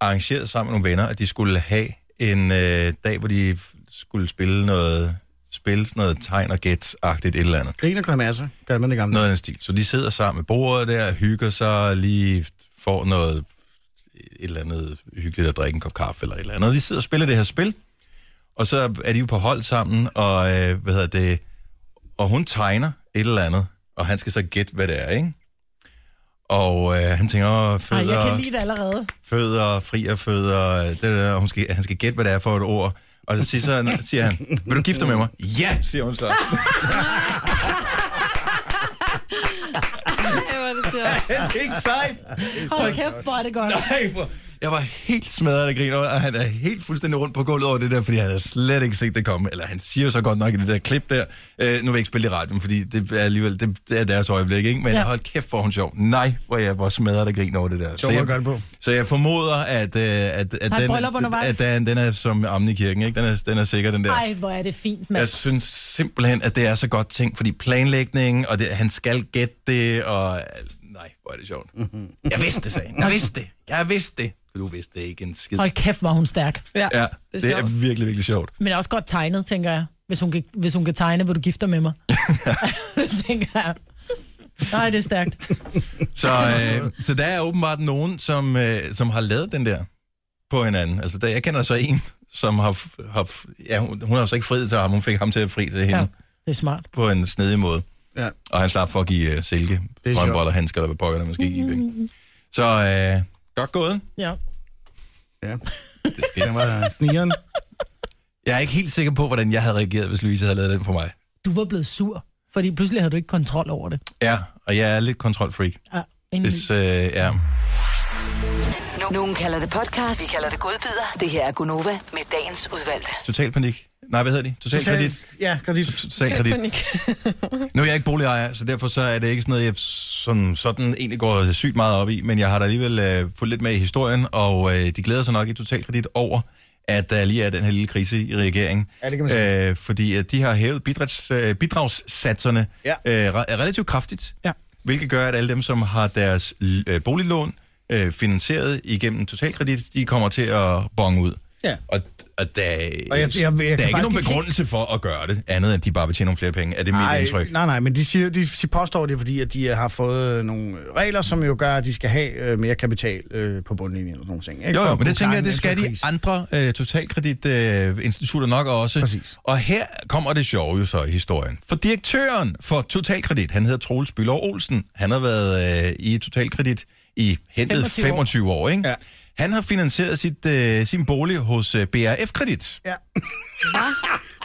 arrangeret sammen med nogle venner, at de skulle have en øh, dag, hvor de f- skulle spille noget, spille sådan noget tegn og gæt-agtigt et eller andet.
Griner kan have masser. Gør man det gamle.
Noget af den stil. Så de sidder sammen med bordet der, hygger sig, lige får noget et eller andet hyggeligt at drikke en kop kaffe eller et eller andet. De sidder og spiller det her spil, og så er de jo på hold sammen, og, øh, hvad hedder det, og hun tegner et eller andet, og han skal så gætte, hvad det er, ikke? Og øh, han tænker, åh,
Ej,
fødder,
jeg kan lide det allerede.
fødder, fri og fødder, øh, det der, og hun skal, han skal gætte, hvad det er for et ord. Og så siger, så, siger han, vil du gifte dig med mig? Ja, siger hun så. [LAUGHS]
Det var det til at-
det er ikke sejt.
Hold kæft, hvor er det godt.
Nej, hvor- jeg var helt smadret af grin, og han er helt fuldstændig rundt på gulvet over det der, fordi han havde slet ikke set det komme. Eller han siger jo så godt nok i det der klip der, øh, nu vil jeg ikke spille det i radioen, fordi det er alligevel det, det er deres øjeblik, ikke? Men ja.
Ja.
hold kæft, hvor er hun sjov. Nej, hvor jeg var smadret af grin over det der.
Sjov måde at gøre det på.
så jeg formoder, at, øh, at, at,
er
den,
bryllup
at,
undervejs.
den, den er som ammen i kirken, ikke? Den er, den er sikker, den der.
Ej, hvor er det fint,
Jeg
mand.
synes simpelthen, at det er så godt ting, fordi planlægningen, og det, han skal gætte det, og... Nej, hvor er det sjovt. Jeg vidste det, sagde han. Jeg vidste det. Jeg vidste det. Du vidste det ikke en skid.
Hold kæft, hvor er hun stærk.
Ja,
Ja,
det
det
er
er
sjovt.
virkelig, virkelig sjovt.
Men også godt tegnet, tænker jeg. Hvis hun kan, hvis hun kan tegne, vil du gifte dig med
[LAUGHS]
mig? [LAUGHS] Det tænker jeg. Nej, det er stærkt.
Så, øh, så der er åbenbart nogen, som, øh, som har lavet den der på hinanden. Altså, der, jeg kender så en, som har... f- har f- ja, hun, hun har så ikke friet til ham. Hun fik ham til at fri til hende
Ja,
ja.
det er smart.
på en snedig måde.
Ja.
Og han slap for at give øh, silke,
er sjovt.
håndboller, handsker, eller hvad pokker, der måske give. ikke? Så øh, godt gået.
Ja.
Ja.
Det skal
Den var snigeren.
Jeg er ikke helt sikker på, hvordan jeg havde reageret, hvis Louise havde lavet den på mig.
Du var blevet sur, fordi pludselig havde du ikke kontrol over det.
Ja, og jeg er lidt kontrolfreak.
Ja, inden...
Hvis, øh, ja.
Nu- Nogen kalder det podcast, vi kalder det godbider. Det her er Gunova med dagens udvalgte.
Total panik. Nej, hvad hedder de? Total, total... kredit.
Ja, kredit.
Total kredit.
Panik.
Nu er jeg ikke boligejer, så derfor så er det ikke sådan noget, jeg sådan, sådan egentlig går sygt meget op i, men jeg har da alligevel øh, fulgt lidt med i historien, og øh, de glæder sig nok i totalkredit over, at der lige er den her lille krise i regeringen.
Ja, det kan man sige.
Øh, fordi at de har hævet bidrags, øh, bidragssatserne
Ja.
øh, re- relativt kraftigt,
Ja.
hvilket gør, at alle dem, som har deres øh, boliglån øh, finansieret igennem totalkredit, de kommer til at bonge ud.
Ja.
Og, og der,
Og jeg- jeg- jeg kan
der er ikke
faktisk
nogen
ikke-
begrundelse for at gøre det, andet end at de bare vil tjene nogle flere penge. Er det mit indtryk?
nej, nej, men de, siger, de de påstår det, fordi at de øh, har fået øh, nogle regler, som jo gør, at de skal have øh, mere kapital øh, på bundlinjen og sådan nogle ting. Ikke?
Jo, jo,
For at
men
kunne
det tænker
klare
jeg,
den
det skal de
efterkrise.
andre øh, totalkreditinstitutter øh, institutter nok også.
Præcis.
Og her kommer det sjove jo så i historien. For direktøren for Totalkredit, han hedder Troels Bylov Olsen. Han har været øh, i Totalkredit i hentet 25
25
år,
år.
25 år ikke?
Ja.
Han har finansieret sit, øh, sin bolig hos øh, BRF Kredit.
Ja.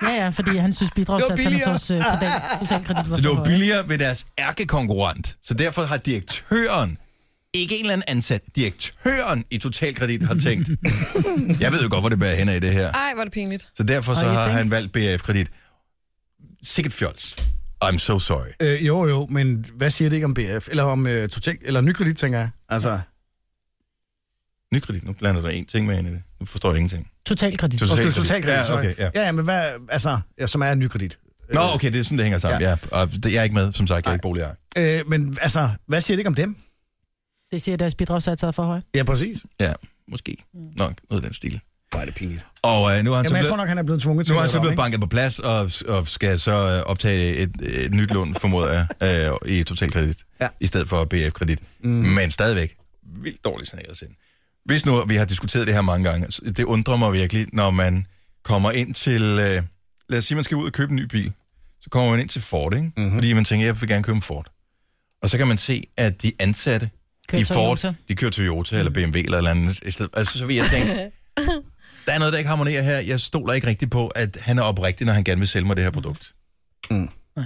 Ja, ja, fordi han synes bidragssatserne
billigere.
hos øh, totalkredit var
Så det
for
var
høje.
billigere ved deres ærkekonkurrent. Så derfor har direktøren, ikke en eller anden ansat, direktøren i Totalkredit har [LAUGHS] tænkt, jeg ved jo godt, hvor det bærer hen i det her.
Ej, var det pinligt.
Så derfor så
Og I
har
think-
han valgt BAF-kredit. Sikkert fjols. I'm so sorry.
Øh, jo, jo, men hvad siger det ikke om BF? Eller om øh, total, eller nykredit, tænker jeg. Altså,
Nykredit, nu blander der en ting med ind i det. Nu forstår jeg ingenting.
Totalkredit.
undskyld, totalkredit.
Ja,
sorry.
okay, ja.
ja, ja, men hvad, altså, ja, som er nykredit. Øh,
Nå, okay, det er sådan, det hænger sammen. Ja.
Ja.
Ja, og det, jeg er ikke med, som sagt, jeg er ikke boligejer.
Øh, men altså, hvad siger det ikke om dem?
Det siger, at deres bidragssatser er for høje.
Ja, præcis.
Ja, måske. Nok, noget af den stil.
Nej, det er pinligt.
Og øh, nu er han
Mm. Jamen, jeg
så
tror
blevet,
nok, han er blevet tvunget til
nu er han
at
så
lave
blevet
det om,
banket på plads, og, og skal så øh, optage et, et nyt lån, formoder jeg, øh, i totalkredit, ja.
Ja.
i stedet for BAF-kredit. Mm. Men stadigvæk, vildt dårligt signal at sende. Hvis nu, og vi har diskuteret det her mange gange, så det undrer mig virkelig, når man kommer ind til, øh,
Mhm.
lad os sige, man skal ud og købe en ny bil, så kommer man ind til Ford, ikke? Mm-hmm. fordi man tænker, jeg vil gerne købe en Ford. Og så kan man se, at de ansatte
Kører
i Ford,
Toyota. Mm.
de kører Toyota eller BMW eller et eller andet. i stedet. Altså, så vil jeg tænke, der er noget, der ikke harmonerer her. Jeg stoler ikke rigtigt på, at han er oprigtig, når han gerne vil sælge mig det her produkt.
Mm.
Nej.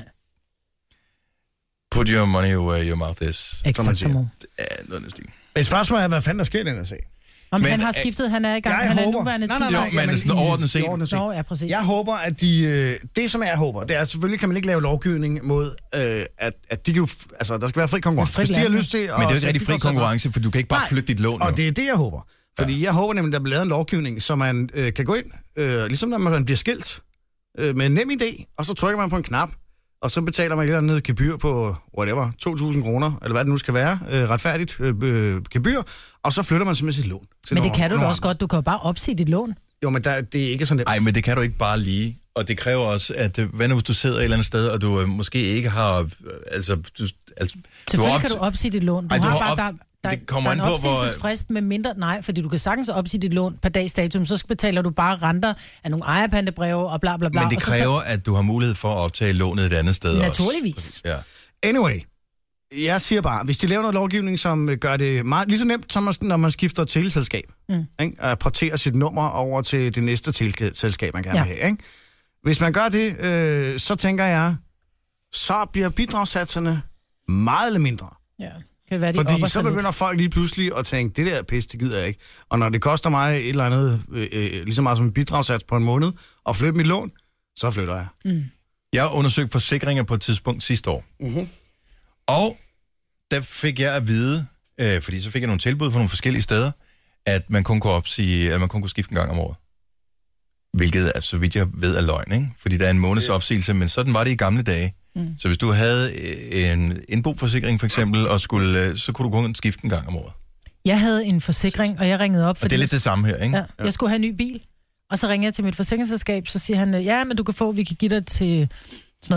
Put your money where your mouth is.
Exakt som hun.
Ja, noget af den stil.
Men spørgsmålet er, hvad fanden der sker i den her sag?
Om
Men,
han har
øh,
skiftet, han er i gang,
jeg
han er
håber-
nuværende
Nej, nej,
Jo,
tidspunkt.
men
jamen,
sådan
i-
overordnet set.
i overordnet set.
Nå, ja, præcis.
Jeg håber, at de... Øh, det, som jeg håber, det er, at selvfølgelig kan man ikke lave lovgivning mod, øh, at, at de kan jo... f- Altså, der skal være fri konkurrence.
Ja, fri
Hvis de har
land,
lyst til...
Men det er jo ikke rigtig fri konkurrence, for du kan ikke bare
Nej.
flytte dit lån.
Og
jo.
det er det, jeg håber. Fordi ja. jeg håber nemlig, at der bliver lavet en lovgivning, så man øh, kan gå ind, øh, ligesom når man bliver skilt, øh, med en nem idé, og så trykker man på en knap, og så betaler man et eller andet gebyr på, whatever, 2.000 kroner, eller hvad det nu skal være, øh, retfærdigt øh, øh, gebyr, og så flytter man simpelthen sit lån. til
Men det
nogle-
kan du da
nogle
også
andre.
godt. Du kan jo bare opsige dit lån.
Jo, men der, det er ikke så nemt.
Ej, men det kan du ikke bare lige. Og det kræver også, at øh, hvad nu, hvis du sidder et eller andet sted, og du øh, måske ikke har... Øh, altså, du, altså,
Selvfølgelig kan
opt-
du opsige dit lån. Du
Ej, du
har,
har
bare,
opt-
der, der,
det kommer
der er en
an på, hvor-
opsigelsesfrist med mindre... Nej, fordi du kan sagtens opsige dit lån per dags datum, så betaler du bare renter af nogle ejerpandebreve og bla bla bla.
Men det
og så-
kræver, at du har mulighed for at optage lånet et andet sted
Naturligvis.
også. Ja.
Anyway, jeg siger bare, hvis de laver noget lovgivning, som øh, gør det meget, lige så nemt, som at- når man skifter teleselskab, mm. ikke? og porterer sit nummer over til det næste teleselskab, man gerne
Ja.
vil have. Ikke? Hvis man gør det, øh, så tænker jeg, så bliver bidragssatserne meget eller mindre.
Ja, kan det være, de
Fordi
opper
så
sig lidt.
begynder folk lige pludselig at tænke, det der pis, det gider jeg ikke. Og når det koster mig et eller andet, øh, øh, lige så meget som en bidragssats på en måned, at flytte mit lån, så flytter jeg.
Jeg undersøgte forsikringer på et tidspunkt sidste år. Mm-hmm. Og der fik jeg at vide, øh, fordi så fik jeg nogle tilbud fra nogle forskellige steder, at man kun kunne, opsige, at man kun kunne skifte en gang om året. Hvilket, altså, så vidt jeg ved, er løgn, ikke? Fordi der er en måneds opsigelse, men sådan var det i gamle dage. Mm. Så hvis du havde øh, en indboforsikring for eksempel, og skulle, øh, så kunne du kun skifte en gang om året.
Jeg havde en forsikring, og jeg ringede op,
Og det er
fordi
lidt det samme her, ikke?
ja, jeg skulle have en ny bil. Og så ringede jeg til mit forsikringsselskab, så siger han, øh, ja, men du kan få, vi kan give dig til sådan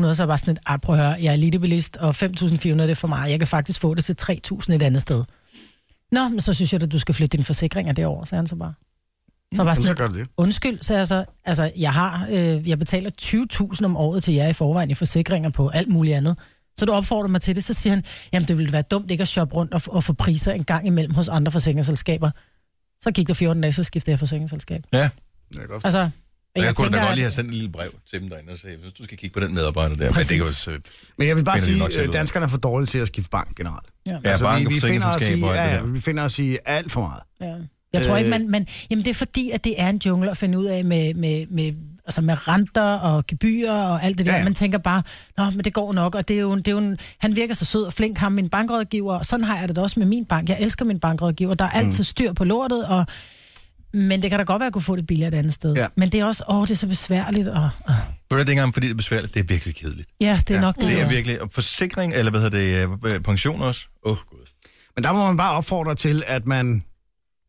noget 5.400, så var jeg sådan et, ah, prøv at høre, jeg er elitebilist, og 5.400 det er for meget, jeg kan faktisk få det til 3.000 et andet sted. Nå, men så synes jeg at du skal flytte din forsikring af det år, sagde han så bare. Så var jeg bare sådan,
Så
lidt,
gør det det.
undskyld, sagde jeg så, altså, jeg, har, øh, jeg betaler 20.000 om året til jer i forvejen i forsikringer på alt muligt andet. Så du opfordrer mig til det, så siger han, jamen det ville være dumt ikke at shoppe rundt og, f- og få priser en gang imellem hos andre forsikringsselskaber. Så gik der 14 dage, så skiftede jeg forsikringsselskab.
Ja.
Det er godt.
Altså, og
Og jeg, jeg kunne da godt
at-
lige have sendt et lille brev til dem derinde og sagde, hvis du skal kigge på den medarbejder der,
Præcis.
men det kan jo... så-
Men jeg vil bare
Finder vi nok
sige,
selv ud
at
af.
danskerne er for dårlige til at skifte bank generelt.
Ja, altså, bank,
vi, vi, finder os i,
forsikringsselskaber og alt
ja,
det der.
ja, vi finder os i alt for meget.
Ja. Jeg tror
Øh.
ikke, man, man... Jamen, det er fordi, at det er en jungle at finde ud af med, med, med, altså med renter og gebyrer og alt det der.
Ja,
Ja,
ja.
ja. Man tænker bare, nå, men det går nok, og det er jo, en- det er jo en, han virker så sød og flink, ham min bankrådgiver, og sådan har jeg det da også med min bank. Jeg elsker min bankrådgiver, der er
Mm.
altid styr på lortet, og, men det kan da godt være, at jeg kunne få det billigere et andet sted.
Ja.
Men det er også, åh, det er så besværligt, og, og
Ved du, det er ikke engang, fordi det er besværligt, det er virkelig kedeligt.
ja, det er ja, nok det.
Det er
ja.
virkelig... Og forsikring, eller hvad hedder det, øh, pension også? Åh, oh, gud.
Men der må man bare opfordre til, at man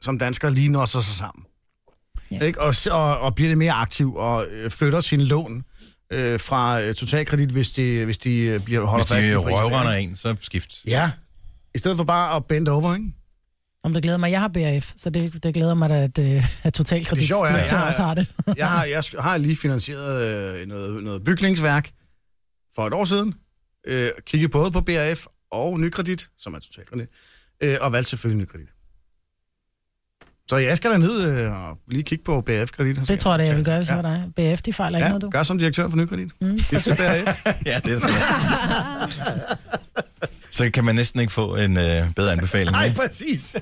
som dansker lige når sig sammen.
Ja.
Ja. Ikke? Og, s- og, og bliver lidt mere aktiv og øh, flytter sin lån øh, fra øh, totalkredit, hvis de, hvis de øh, bliver holder
Hvis
fast i
de
prisen.
røvrender en, så
[LAUGHS]
skift.
Ja. I stedet for bare at bend over, ikke?
Om det glæder mig, jeg har BRF, så det, det glæder mig da, at, øh, at
Det sjove er,
totalkreditdirektør
jeg-
også har det.
Jeg har, jeg sk- har lige finansieret øh, noget, noget bygningsværk for et år siden. Øh, kigget både på BRF og Nykredit, som er totalkredit, øh, og valgte selvfølgelig Nykredit. Så jeg skal derned øh, og lige kigge på BRF-kredit.
Det tror jeg, det, jeg vil gøre, hvis jeg var dig. BRF, de fejler ikke
Ja,
noget, du.
gør som direktør for Nykredit. Mm. Efter BRF.
ja, det er så. [LAUGHS] så kan man næsten ikke få en øh, bedre anbefaling.
Nej,
ikke?
præcis.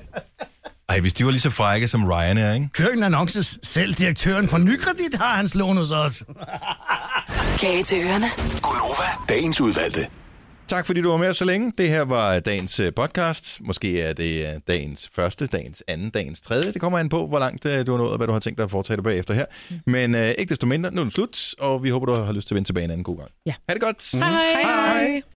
Ej, hvis de var lige så frække som Ryan er, ikke?
Køkken annonces. Selv direktøren for Nykredit har hans lån hos os.
Kage til ørerne.
Gunova, dagens udvalgte.
Tak fordi du var med os så længe. Det her var dagens øh, podcast. Måske er det øh, dagens første, dagens anden, dagens tredje. Det kommer an på, hvor langt øh, du har nået, og hvad du har tænkt dig at foretage dig bagefter her. Men øh, ikke desto mindre, nu er den slut, og vi håber, du har lyst til at vende tilbage en anden god gang.
Ja.
Ha' det godt!
Hej. Hej.